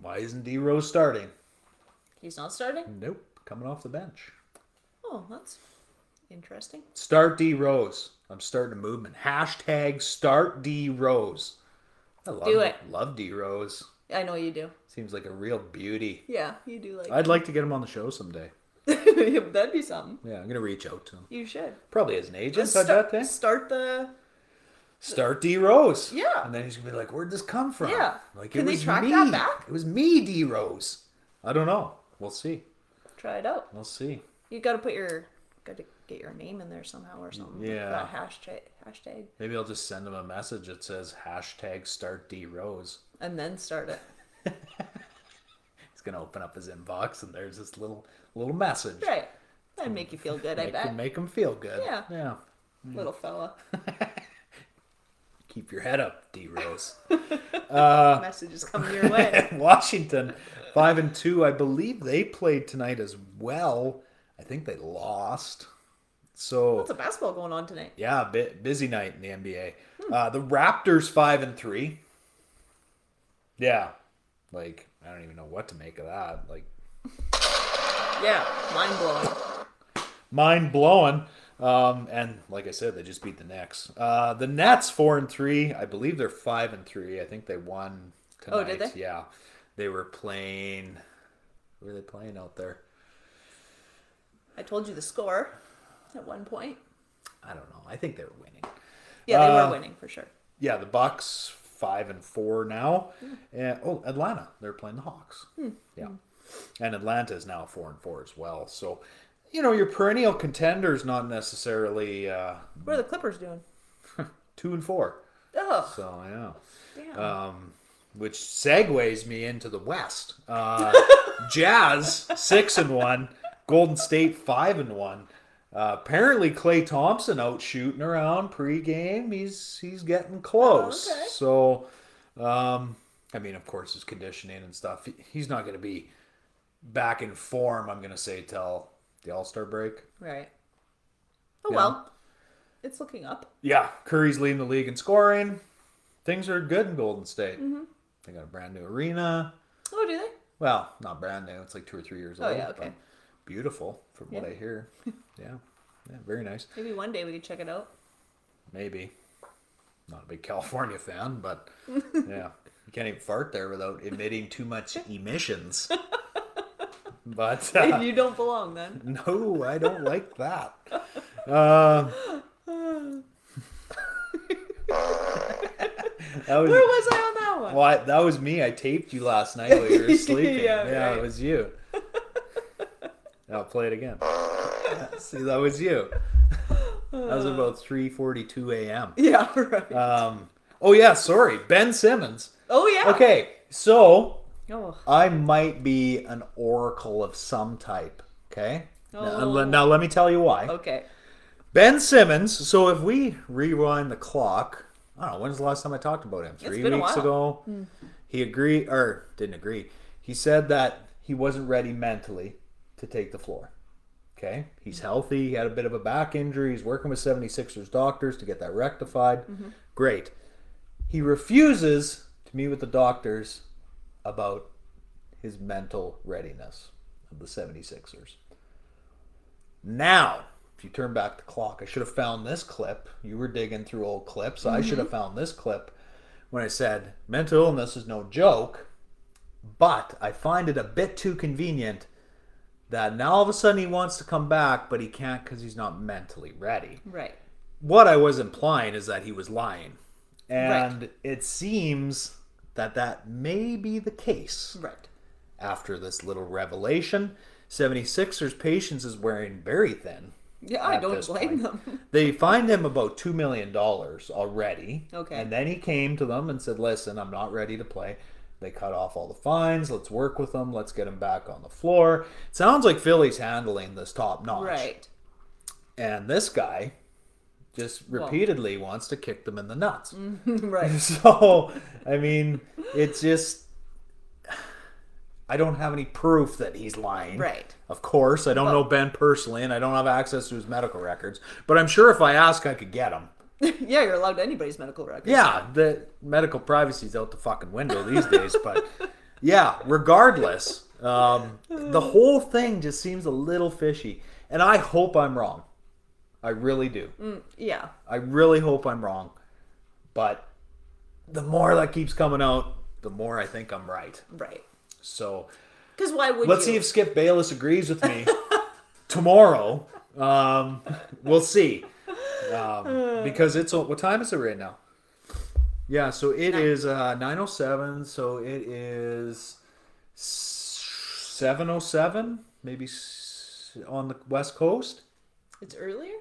[SPEAKER 4] Why isn't D Rose starting?
[SPEAKER 3] he's not starting.
[SPEAKER 4] Nope, coming off the bench.
[SPEAKER 3] Oh, that's interesting.
[SPEAKER 4] Start D Rose. I'm starting a movement. Hashtag start D Rose. I love
[SPEAKER 3] Do it.
[SPEAKER 4] Love D Rose.
[SPEAKER 3] I know you do.
[SPEAKER 4] Seems like a real beauty.
[SPEAKER 3] Yeah, you do like.
[SPEAKER 4] I'd like to get him on the show someday.
[SPEAKER 3] [laughs] That'd be something.
[SPEAKER 4] Yeah, I'm gonna reach out to him.
[SPEAKER 3] You should.
[SPEAKER 4] Probably as an agent, I bet.
[SPEAKER 3] Start,
[SPEAKER 4] eh?
[SPEAKER 3] start the.
[SPEAKER 4] start D Rose.
[SPEAKER 3] Yeah.
[SPEAKER 4] And then he's gonna be like, "Where'd this come from?"
[SPEAKER 3] Yeah.
[SPEAKER 4] Like,
[SPEAKER 3] Can
[SPEAKER 4] it
[SPEAKER 3] they
[SPEAKER 4] was
[SPEAKER 3] track
[SPEAKER 4] me.
[SPEAKER 3] that back?
[SPEAKER 4] It was me, D Rose. I don't know. We'll see.
[SPEAKER 3] Try it out.
[SPEAKER 4] We'll see.
[SPEAKER 3] You got to put your. Got to get your name in there somehow or something.
[SPEAKER 4] Yeah.
[SPEAKER 3] That hashtag. Hashtag.
[SPEAKER 4] Maybe I'll just send him a message that says hashtag Start D Rose.
[SPEAKER 3] And then start it.
[SPEAKER 4] He's gonna open up his inbox and there's this little little message.
[SPEAKER 3] Right. That'd make you feel good. I
[SPEAKER 4] Make him,
[SPEAKER 3] bet.
[SPEAKER 4] make him feel good.
[SPEAKER 3] Yeah.
[SPEAKER 4] Yeah.
[SPEAKER 3] Little fella.
[SPEAKER 4] Keep your head up, D Rose. [laughs]
[SPEAKER 3] Messages coming your way.
[SPEAKER 4] Washington, five and two. I believe they played tonight as well. I think they lost. So
[SPEAKER 3] Lots of basketball going on tonight.
[SPEAKER 4] Yeah, bu- busy night in the NBA.
[SPEAKER 3] Hmm.
[SPEAKER 4] Uh, the Raptors five and three. Yeah, like I don't even know what to make of that. Like
[SPEAKER 3] Yeah. Mind blowing.
[SPEAKER 4] mind blowing. Um, and like I said, they just beat the Knicks. Uh, the Nets four and three. I believe they're five and three. I think they won tonight.
[SPEAKER 3] Oh, did they?
[SPEAKER 4] Yeah, they were playing. Who were they playing out there?
[SPEAKER 3] I told you the score at one point.
[SPEAKER 4] I don't know. I think they were winning.
[SPEAKER 3] Yeah, they were winning for sure.
[SPEAKER 4] Yeah, the Bucks five and four now. And oh, Atlanta, they're playing the Hawks. Yeah, and Atlanta is now four and four as well. So, you know, your perennial contenders not necessarily uh,
[SPEAKER 3] What are the Clippers doing?
[SPEAKER 4] two and four.
[SPEAKER 3] Oh,
[SPEAKER 4] So yeah, Um,
[SPEAKER 3] damn.
[SPEAKER 4] which segues me into the West. Uh, Jazz six and one, Golden State five and one. Uh, apparently, Clay Thompson out shooting around pregame. He's he's getting close.
[SPEAKER 3] okay.
[SPEAKER 4] So, um, I mean, of course, his conditioning and stuff. he- He's not going to be back in form. I'm gonna say till the All Star break.
[SPEAKER 3] Right. Oh well, it's looking up.
[SPEAKER 4] Yeah, Curry's leading the league in scoring. Things are good in Golden State.
[SPEAKER 3] Mhm.
[SPEAKER 4] They got a brand new arena.
[SPEAKER 3] Oh, do they?
[SPEAKER 4] Well, not brand new. It's like two or three years
[SPEAKER 3] Oh,
[SPEAKER 4] old.
[SPEAKER 3] yeah, okay.
[SPEAKER 4] but Beautiful, from what
[SPEAKER 3] Yeah. [laughs]
[SPEAKER 4] I hear. yeah, yeah, very nice.
[SPEAKER 3] Maybe one day we could check it out.
[SPEAKER 4] Maybe. Not a big California
[SPEAKER 3] [laughs]
[SPEAKER 4] fan, but yeah, you can't even fart there without emitting
[SPEAKER 3] [laughs]
[SPEAKER 4] too much emissions. But uh,
[SPEAKER 3] you don't belong then.
[SPEAKER 4] [laughs] no, I don't like that.
[SPEAKER 3] [laughs]
[SPEAKER 4] Uh, [laughs] that
[SPEAKER 3] Where
[SPEAKER 4] was,
[SPEAKER 3] was I on that one?
[SPEAKER 4] [laughs] Well, I, that was me. I taped you last night
[SPEAKER 3] [laughs]
[SPEAKER 4] while you were sleeping.
[SPEAKER 3] Yeah,
[SPEAKER 4] yeah,
[SPEAKER 3] right.
[SPEAKER 4] it was you. I'll play it again. [laughs] See, that was you. That was about 3:42 a.m.
[SPEAKER 3] Yeah, [laughs] right.
[SPEAKER 4] Um, oh yeah, sorry, Ben Simmons.
[SPEAKER 3] Oh yeah.
[SPEAKER 4] Okay, so
[SPEAKER 3] Oh.
[SPEAKER 4] I might be an oracle of some type. Okay.
[SPEAKER 3] Oh.
[SPEAKER 4] Now, now let me tell you why.
[SPEAKER 3] Okay.
[SPEAKER 4] Ben Simmons. So if we rewind the clock, I don't know when's the last time I talked about him. Three
[SPEAKER 3] been a
[SPEAKER 4] weeks
[SPEAKER 3] while. Hmm.
[SPEAKER 4] ago, he agreed or didn't agree. He said that he wasn't ready mentally to take the floor. Okay, he's healthy. He had a bit of a back injury. He's working with 76ers doctors to get that rectified.
[SPEAKER 3] Mm-hmm.
[SPEAKER 4] Great. He refuses to meet with the doctors about his mental readiness of the 76ers. Now, if you turn back the clock, I should have found this clip. You were digging through old clips. I should have found this clip when I said mental illness is no joke, but I find it a bit too convenient that now all of a sudden he wants to come back, but he can't because he's not mentally ready.
[SPEAKER 3] Right.
[SPEAKER 4] What I was implying is that he was lying. And it seems that that may be the case.
[SPEAKER 3] Right.
[SPEAKER 4] After this little revelation, 76ers patience is wearing very thin.
[SPEAKER 3] Yeah, I
[SPEAKER 4] At
[SPEAKER 3] don't
[SPEAKER 4] this
[SPEAKER 3] blame
[SPEAKER 4] point.
[SPEAKER 3] them.
[SPEAKER 4] [laughs] They fined him about $2 million already.
[SPEAKER 3] Okay.
[SPEAKER 4] And then he came to them and said, Listen, I'm not ready to play. They cut off all the fines. Let's work with them. Let's get him back on the floor. Sounds like Philly's handling this top notch.
[SPEAKER 3] Right.
[SPEAKER 4] And this guy just
[SPEAKER 3] Well- Mm-hmm.
[SPEAKER 4] repeatedly wants to kick them in the nuts.
[SPEAKER 3] right.
[SPEAKER 4] [laughs] So, I mean, it's just. [sighs] I don't have any proof that he's lying.
[SPEAKER 3] Right.
[SPEAKER 4] Of course. I don't know Ben personally, and I don't have access to his medical records. But I'm sure if I ask, I could get him.
[SPEAKER 3] Yeah, you're allowed anybody's medical records.
[SPEAKER 4] Yeah, the medical privacy's out the fucking window these days. But yeah, regardless, um, the whole thing just seems a little fishy. And I hope I'm wrong. I really do.
[SPEAKER 3] Yeah.
[SPEAKER 4] I really hope I'm wrong. But the more that keeps coming out, the more I think I'm right.
[SPEAKER 3] Right.
[SPEAKER 4] So
[SPEAKER 3] Because why would
[SPEAKER 4] let's
[SPEAKER 3] you?
[SPEAKER 4] see if Skip Bayless agrees
[SPEAKER 3] [laughs]
[SPEAKER 4] with me tomorrow. Um, we'll see.
[SPEAKER 3] [sighs]
[SPEAKER 4] Um, because it's what time is it right now? Yeah, so it is uh, 907, so it is 707 maybe s- on the west coast.
[SPEAKER 3] it's earlier.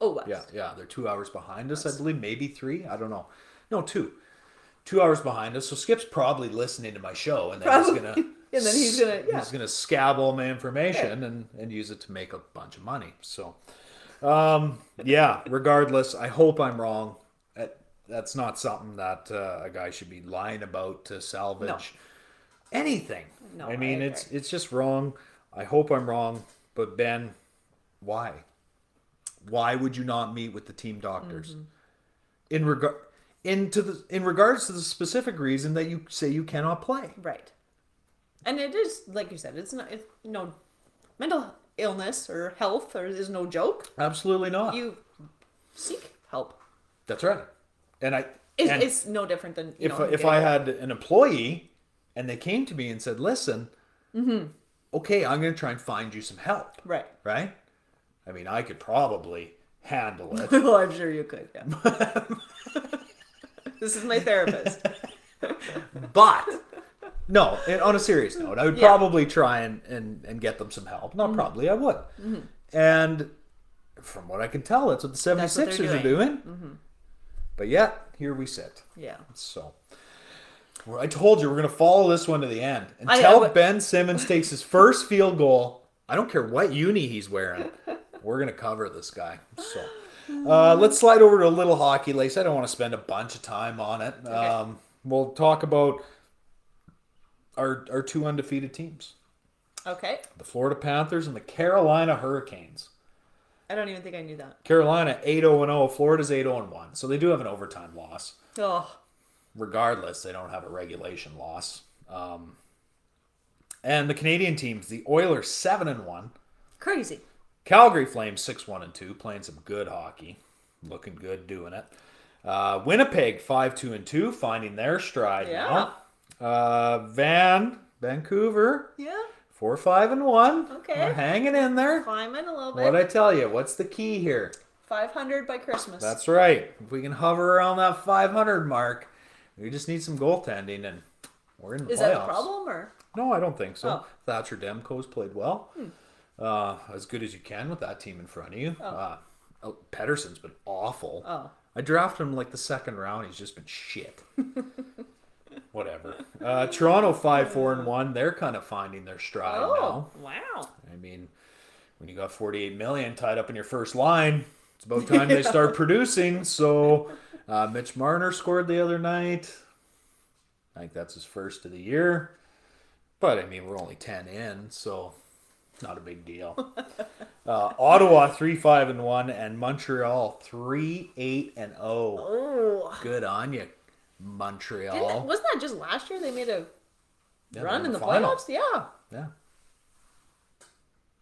[SPEAKER 3] Oh, west.
[SPEAKER 4] Yeah, yeah, they're two hours behind us, I believe. Maybe three. I don't know. No, two. Two hours behind us. So Skip's probably listening to my show, and then he's
[SPEAKER 3] [laughs]
[SPEAKER 4] gonna,
[SPEAKER 3] And then he's gonna- yeah.
[SPEAKER 4] he's gonna scab all my information and and use it to make a bunch of money. So, um, yeah. Regardless, I hope I'm wrong. That- That's not something that uh, a guy should be lying about to salvage anything.
[SPEAKER 3] No,
[SPEAKER 4] I
[SPEAKER 3] I
[SPEAKER 4] mean, it's it's just wrong. I hope I'm wrong, but Ben, why? why would you not meet with the team doctors
[SPEAKER 3] Mm-hmm.
[SPEAKER 4] in regard into the in regards to the specific reason that you say you cannot play
[SPEAKER 3] Right. And it is like you said. It's not. It's no mental illness or health or is no joke.
[SPEAKER 4] absolutely not
[SPEAKER 3] You seek help.
[SPEAKER 4] that's right and i
[SPEAKER 3] It's,
[SPEAKER 4] and
[SPEAKER 3] it's no different than you
[SPEAKER 4] if
[SPEAKER 3] know,
[SPEAKER 4] if
[SPEAKER 3] getting-
[SPEAKER 4] i had an employee and they came to me and said listen okay i'm going to try and find you some help
[SPEAKER 3] [laughs] right.
[SPEAKER 4] right i mean i could probably handle it [laughs]
[SPEAKER 3] well, I'm sure you could. Yeah. this is my therapist.
[SPEAKER 4] But no, and on a serious note, I would probably try and, and, and get them some help.
[SPEAKER 3] Mm-hmm.
[SPEAKER 4] Not probably, I would. And from what I can tell, that's what the 76ers
[SPEAKER 3] That's what they're Mm-hmm.
[SPEAKER 4] are doing. But yet, here we sit.
[SPEAKER 3] Yeah.
[SPEAKER 4] So well, I told you we're going to follow this one to the end
[SPEAKER 3] I-
[SPEAKER 4] until
[SPEAKER 3] I-
[SPEAKER 4] Ben Simmons takes his first field goal. I don't care what uni he's wearing. We're going to cover this guy. So uh, let's slide over to a little hockey lace. I don't want to spend a bunch of time on it. Um, we'll talk about our our two undefeated teams.
[SPEAKER 3] Okay.
[SPEAKER 4] the Florida Panthers, and the Carolina Hurricanes.
[SPEAKER 3] I don't even think I knew that.
[SPEAKER 4] Carolina 8 0 0, oh, Florida's 8 0 1. So they do have an overtime loss.
[SPEAKER 3] Oh,
[SPEAKER 4] Regardless, they don't have a regulation loss. Um, and the Canadian teams, the Oilers 7 and 1,
[SPEAKER 3] crazy.
[SPEAKER 4] Calgary Flames 6 1 and 2, playing some good hockey. Looking good doing it. Uh, Winnipeg 5 2 and 2, finding their stride
[SPEAKER 3] Yeah.
[SPEAKER 4] now. Uh, Van, Vancouver
[SPEAKER 3] Yeah.
[SPEAKER 4] 4 5 and 1.
[SPEAKER 3] Okay.
[SPEAKER 4] We're hanging in there.
[SPEAKER 3] Climbing a little bit.
[SPEAKER 4] What I tell you, what's the key here?
[SPEAKER 3] 500 by Christmas.
[SPEAKER 4] That's right. If we can hover around that 500 mark, we just need some goaltending, and we're in the
[SPEAKER 3] Is
[SPEAKER 4] playoffs.
[SPEAKER 3] that the problem or?
[SPEAKER 4] No, I don't think so.
[SPEAKER 3] Oh.
[SPEAKER 4] Thatcher Demko's played well, uh, as good as you can with that team in front of you. Uh, oh, Pedersen's been awful.
[SPEAKER 3] Oh.
[SPEAKER 4] I drafted him like the second round. He's just been
[SPEAKER 3] [laughs]
[SPEAKER 4] shit. Whatever. Uh, Toronto five four and one. They're kind of finding their stride now.
[SPEAKER 3] Oh, wow.
[SPEAKER 4] I mean, when you got 48 million tied up in your first line, it's about
[SPEAKER 3] [laughs]
[SPEAKER 4] time they start producing. So, uh, Mitch Marner scored the other night. I think that's his first of the year. But I mean, we're only 10 in, so not a big
[SPEAKER 3] [laughs]
[SPEAKER 4] deal. Uh, Ottawa 3 5 and 1 and Montreal 3 8 and 0.
[SPEAKER 3] Oh.
[SPEAKER 4] Good on you,
[SPEAKER 3] Didn't that-
[SPEAKER 4] Montreal.
[SPEAKER 3] wasn't that just last year they made a
[SPEAKER 4] Yeah,
[SPEAKER 3] run
[SPEAKER 4] they're
[SPEAKER 3] in the
[SPEAKER 4] final.
[SPEAKER 3] playoffs? Yeah.
[SPEAKER 4] Yeah,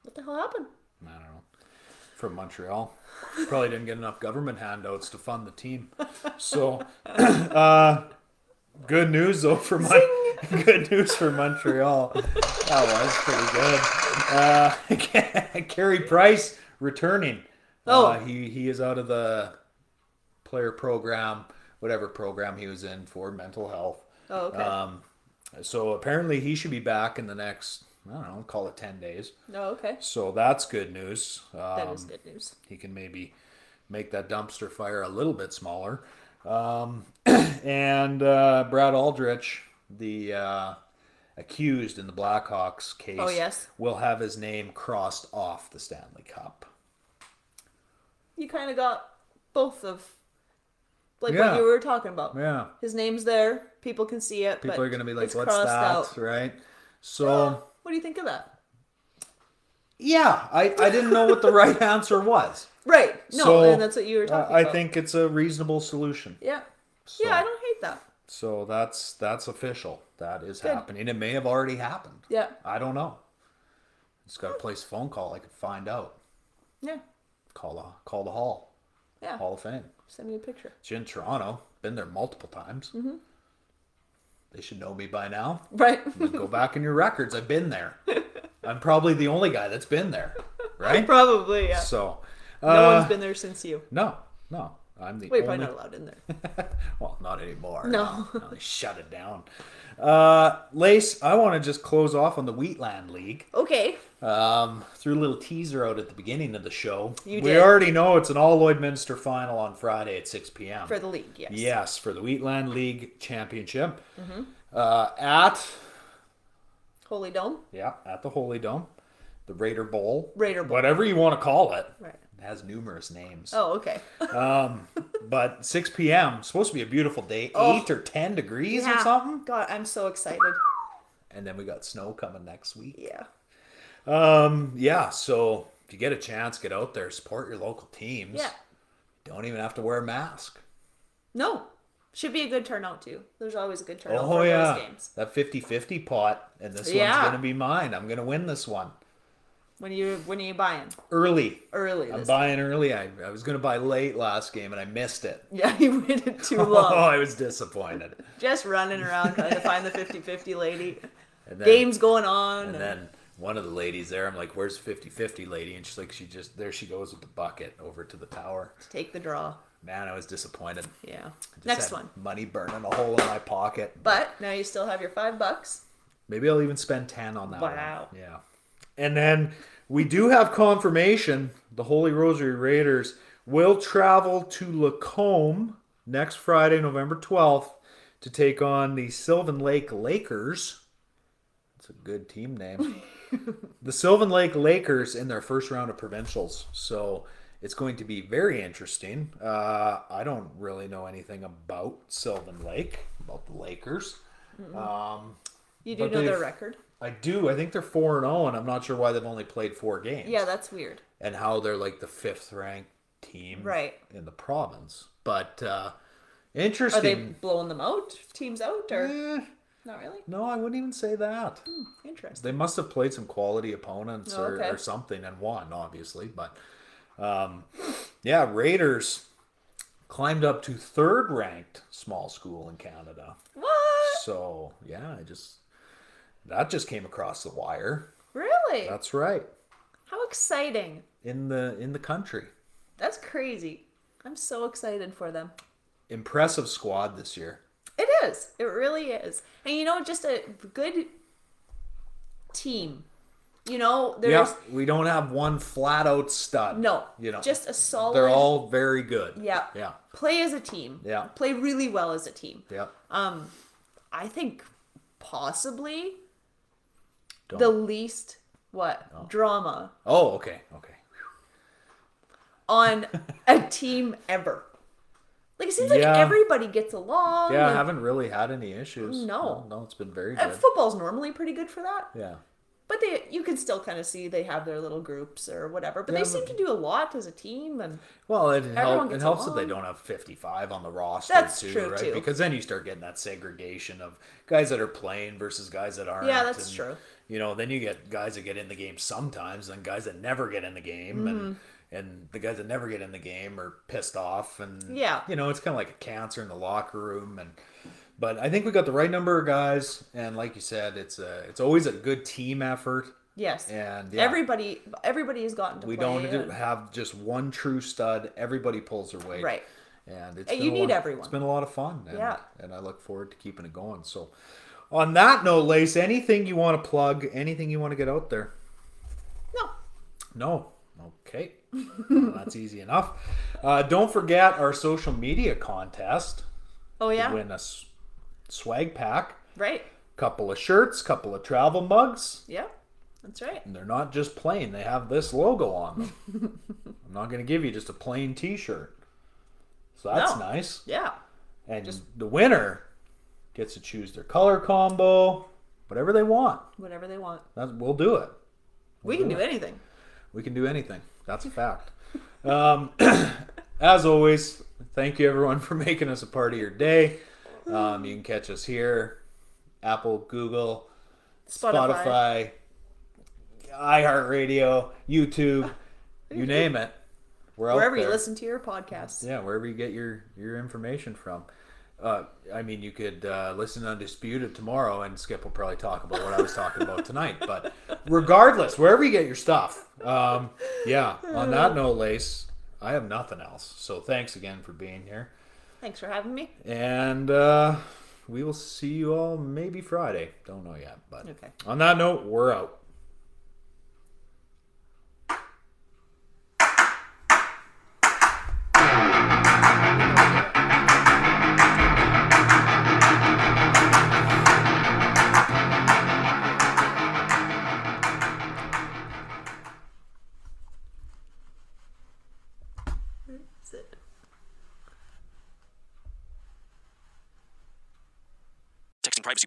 [SPEAKER 3] What the hell happened?
[SPEAKER 4] I don't know. From Montreal. Probably didn't get enough government handouts to fund the team. So, [clears throat] uh, good news though for Mon- [laughs] good news for Montreal. That was pretty good. Uh, [laughs] Carey Price returning.
[SPEAKER 3] Oh.
[SPEAKER 4] Uh, he he is out of the player program, whatever program he was in for mental health.
[SPEAKER 3] Oh, okay.
[SPEAKER 4] Um, so apparently he should be back in the next I don't know, call it ten days.
[SPEAKER 3] No, Oh, okay.
[SPEAKER 4] So that's good news. Um,
[SPEAKER 3] That is good news.
[SPEAKER 4] he can maybe make that dumpster fire a little bit smaller. Um, [clears throat] and uh, Brad Aldrich, the uh, accused in the Blackhawks case,
[SPEAKER 3] Oh, yes.
[SPEAKER 4] will have his name crossed off the Stanley Cup.
[SPEAKER 3] You kind of got both of like
[SPEAKER 4] Yeah.
[SPEAKER 3] what you were talking about.
[SPEAKER 4] Yeah.
[SPEAKER 3] His name's there. People can see it.
[SPEAKER 4] People
[SPEAKER 3] but
[SPEAKER 4] are going to be like,
[SPEAKER 3] it's
[SPEAKER 4] what's
[SPEAKER 3] crossed
[SPEAKER 4] that?
[SPEAKER 3] out."
[SPEAKER 4] Right? So.
[SPEAKER 3] What do you think of that?
[SPEAKER 4] Yeah, I, I didn't know what the right [laughs] answer was.
[SPEAKER 3] Right. No,
[SPEAKER 4] So,
[SPEAKER 3] and that's what you were
[SPEAKER 4] uh,
[SPEAKER 3] talking
[SPEAKER 4] I
[SPEAKER 3] about.
[SPEAKER 4] think it's a reasonable solution.
[SPEAKER 3] Yeah.
[SPEAKER 4] So-
[SPEAKER 3] Yeah, I don't hate that.
[SPEAKER 4] So that's that's official. That is happening. It may have already happened.
[SPEAKER 3] Yeah.
[SPEAKER 4] I don't know. Just got to place a phone call. I could find out.
[SPEAKER 3] Yeah.
[SPEAKER 4] Call the call the hall.
[SPEAKER 3] Yeah.
[SPEAKER 4] Hall of Fame.
[SPEAKER 3] Send me a picture.
[SPEAKER 4] It's in Toronto. Been there multiple times. Mm-hmm. They should know me by now.
[SPEAKER 3] Right. [laughs]
[SPEAKER 4] Go back in your records. I've been [laughs] there. I'm probably the only guy that's been there, [laughs] right?
[SPEAKER 3] Probably, yeah.
[SPEAKER 4] So, uh,
[SPEAKER 3] no one's been there since you.
[SPEAKER 4] no, no. I'm the
[SPEAKER 3] Well, you're
[SPEAKER 4] only.
[SPEAKER 3] probably not allowed in there.
[SPEAKER 4] Well, not anymore.
[SPEAKER 3] No.
[SPEAKER 4] No, they shut it down. Uh, Lace, I want to just close off on the Wheatland League.
[SPEAKER 3] [laughs] Okay.
[SPEAKER 4] Um, threw a little teaser out at the beginning of the show.
[SPEAKER 3] You
[SPEAKER 4] we
[SPEAKER 3] did.
[SPEAKER 4] already know it's an all Lloydminster final on Friday at 6 p.m.
[SPEAKER 3] For the league, yes.
[SPEAKER 4] Yes, for the Wheatland League Championship.
[SPEAKER 3] Mm-hmm.
[SPEAKER 4] Uh, at
[SPEAKER 3] Holy Dome.
[SPEAKER 4] yeah, at the Holy Dome, the Raider Bowl,
[SPEAKER 3] Raider Bowl.
[SPEAKER 4] whatever you want to call it,
[SPEAKER 3] Right.
[SPEAKER 4] It has numerous names.
[SPEAKER 3] Oh, okay.
[SPEAKER 4] But 6 p.m. supposed to be a beautiful day,
[SPEAKER 3] Oh.
[SPEAKER 4] eight or ten degrees or something.
[SPEAKER 3] God, I'm so excited.
[SPEAKER 4] and then we got snow coming next week.
[SPEAKER 3] Yeah.
[SPEAKER 4] Um, yeah. So if you get a chance, get out there, support your local teams.
[SPEAKER 3] Yeah.
[SPEAKER 4] Don't even have to wear a mask.
[SPEAKER 3] No. Should be a good turnout too. There's always a good turnout
[SPEAKER 4] Oh
[SPEAKER 3] for
[SPEAKER 4] yeah,
[SPEAKER 3] those games.
[SPEAKER 4] that 50-50 pot, and this
[SPEAKER 3] Yeah.
[SPEAKER 4] one's gonna be mine. I'm gonna win this one
[SPEAKER 3] When you when are you buying?
[SPEAKER 4] early.
[SPEAKER 3] Early
[SPEAKER 4] I'm
[SPEAKER 3] this
[SPEAKER 4] buying early. I, I was gonna buy late last game, and I missed it.
[SPEAKER 3] [laughs]
[SPEAKER 4] [laughs]
[SPEAKER 3] Yeah, you waited too
[SPEAKER 4] Oh,
[SPEAKER 3] long.
[SPEAKER 4] I was disappointed.
[SPEAKER 3] Just running around trying to find the 50-50 lady.
[SPEAKER 4] And [laughs] then,
[SPEAKER 3] Games going on.
[SPEAKER 4] And then one of the ladies there, I'm like, "Where's 50-50 lady?" And she's like, "She just there. She goes with the bucket over to the tower."
[SPEAKER 3] take the draw.
[SPEAKER 4] Man, I was disappointed.
[SPEAKER 3] Yeah.
[SPEAKER 4] Just
[SPEAKER 3] Next
[SPEAKER 4] had
[SPEAKER 3] one.
[SPEAKER 4] Money burning a hole in my pocket.
[SPEAKER 3] But now you still have your five bucks.
[SPEAKER 4] Maybe I'll even spend 10 on that
[SPEAKER 3] Wow.
[SPEAKER 4] one. Yeah. And then we do have confirmation the Holy Rosary Raiders will travel to Lacombe next Friday, November 12th, to take on the Sylvan Lake Lakers. That's a good team name. the Sylvan Lake Lakers in their first round of provincials. So it's going to be very interesting. Uh, I don't really know anything about Sylvan Lake, about the Lakers. Um,
[SPEAKER 3] You do
[SPEAKER 4] But
[SPEAKER 3] know their
[SPEAKER 4] they've-
[SPEAKER 3] record?
[SPEAKER 4] I do. I think they're four and zero, and I'm not sure why they've only played four games.
[SPEAKER 3] Yeah, that's weird.
[SPEAKER 4] and how they're like the fifth ranked team
[SPEAKER 3] Right.
[SPEAKER 4] in the province. But uh,
[SPEAKER 3] Are they
[SPEAKER 4] interesting.
[SPEAKER 3] blowing them out? Teams out or
[SPEAKER 4] Eh.
[SPEAKER 3] not really?
[SPEAKER 4] No, I wouldn't even say that.
[SPEAKER 3] Interesting.
[SPEAKER 4] They must have played some quality opponents
[SPEAKER 3] Oh,
[SPEAKER 4] or,
[SPEAKER 3] okay.
[SPEAKER 4] or something and won, obviously. But um, yeah, Raiders climbed up to third ranked small school in Canada.
[SPEAKER 3] What?
[SPEAKER 4] So yeah, I just that just came across the wire.
[SPEAKER 3] Really?
[SPEAKER 4] That's right
[SPEAKER 3] How exciting.
[SPEAKER 4] in the in the country.
[SPEAKER 3] That's crazy. I'm so excited for them.
[SPEAKER 4] Impressive squad this year.
[SPEAKER 3] It is. It really is. And you know, just a good team. You know, there's
[SPEAKER 4] yeah, we don't have one flat out stud.
[SPEAKER 3] No,
[SPEAKER 4] you know,
[SPEAKER 3] just a solid-
[SPEAKER 4] They're all very good.
[SPEAKER 3] Yeah.
[SPEAKER 4] yeah,
[SPEAKER 3] play as a team.
[SPEAKER 4] Yeah.
[SPEAKER 3] Play really well as a team.
[SPEAKER 4] yeah.
[SPEAKER 3] Um, I think possibly
[SPEAKER 4] Don't-
[SPEAKER 3] the least what drama
[SPEAKER 4] oh, okay, okay. [laughs]
[SPEAKER 3] on a team ever. Like it seems like
[SPEAKER 4] Yeah.
[SPEAKER 3] everybody gets along.
[SPEAKER 4] Yeah, I
[SPEAKER 3] and-
[SPEAKER 4] haven't really had any issues.
[SPEAKER 3] No.
[SPEAKER 4] no, it's been very
[SPEAKER 3] and
[SPEAKER 4] good.
[SPEAKER 3] football's normally pretty good for that.
[SPEAKER 4] Yeah,
[SPEAKER 3] But they, you can still kind of see they have their little groups or whatever. But
[SPEAKER 4] Yeah,
[SPEAKER 3] they seem to
[SPEAKER 4] but-
[SPEAKER 3] do a lot as a team, and
[SPEAKER 4] well, it, help, it
[SPEAKER 3] gets
[SPEAKER 4] helps that
[SPEAKER 3] along.
[SPEAKER 4] they don't have fifty-five on the roster
[SPEAKER 3] That's
[SPEAKER 4] too,
[SPEAKER 3] true,
[SPEAKER 4] right?
[SPEAKER 3] too.
[SPEAKER 4] Because then you start getting that segregation of guys that are playing versus guys that aren't.
[SPEAKER 3] Yeah, that's
[SPEAKER 4] and,
[SPEAKER 3] true.
[SPEAKER 4] You know, then you get guys that get in the game sometimes, and guys that never get in the game,
[SPEAKER 3] Mm-hmm.
[SPEAKER 4] and and the guys that never get in the game are pissed off, and
[SPEAKER 3] Yeah.
[SPEAKER 4] you know, it's kind of like a cancer in the locker room, and but I think we got the right number of guys, and like you said, it's a it's always a good team effort.
[SPEAKER 3] yes,
[SPEAKER 4] And yeah.
[SPEAKER 3] everybody, everybody has gotten to
[SPEAKER 4] We
[SPEAKER 3] play.
[SPEAKER 4] don't
[SPEAKER 3] and-
[SPEAKER 4] do- have just one true stud. Everybody pulls their weight.
[SPEAKER 3] Right.
[SPEAKER 4] And it's
[SPEAKER 3] And
[SPEAKER 4] been
[SPEAKER 3] you
[SPEAKER 4] a
[SPEAKER 3] need
[SPEAKER 4] lot-
[SPEAKER 3] everyone.
[SPEAKER 4] It's been a lot of fun. And,
[SPEAKER 3] Yeah.
[SPEAKER 4] And I look forward to keeping it going. So, on that note, Lace, anything you want to plug, anything you want to get out there?
[SPEAKER 3] No,
[SPEAKER 4] No. Okay. Well, that's easy enough. Uh, don't forget our social media contest.
[SPEAKER 3] oh yeah,
[SPEAKER 4] Win a s- swag pack,
[SPEAKER 3] right,
[SPEAKER 4] couple of shirts, couple of travel mugs.
[SPEAKER 3] yeah, that's right.
[SPEAKER 4] And they're not just plain. They have this logo on them.
[SPEAKER 3] [laughs]
[SPEAKER 4] I'm not going to give you just a plain T-shirt. So that's
[SPEAKER 3] No.
[SPEAKER 4] nice.
[SPEAKER 3] Yeah,
[SPEAKER 4] And the winner gets to choose their color combo, whatever they want.
[SPEAKER 3] whatever they want,
[SPEAKER 4] That's, we'll do it.
[SPEAKER 3] we can do anything.
[SPEAKER 4] We can do anything. That's a fact. um, [clears throat] as always, thank you everyone for [laughs] making us a part of your day. Um, you can catch us here, Apple, Google,
[SPEAKER 3] Spotify.
[SPEAKER 4] Spotify, iHeartRadio, YouTube, you name it. We're out
[SPEAKER 3] Wherever you
[SPEAKER 4] there.
[SPEAKER 3] listen to your podcasts.
[SPEAKER 4] Yeah, wherever you get your your information from. Uh, I mean, you could uh, listen to Undisputed tomorrow, and Skip will probably talk about what I was talking about tonight. But regardless, wherever you get your stuff, um, yeah. On that note, Lace, I have nothing else. So thanks again for being here,
[SPEAKER 3] Thanks for having me.
[SPEAKER 4] and uh, we will see you all maybe Friday. Don't know yet, but
[SPEAKER 3] Okay.
[SPEAKER 4] on that note, we're out.
[SPEAKER 3] That's it.
[SPEAKER 7] Texting privacy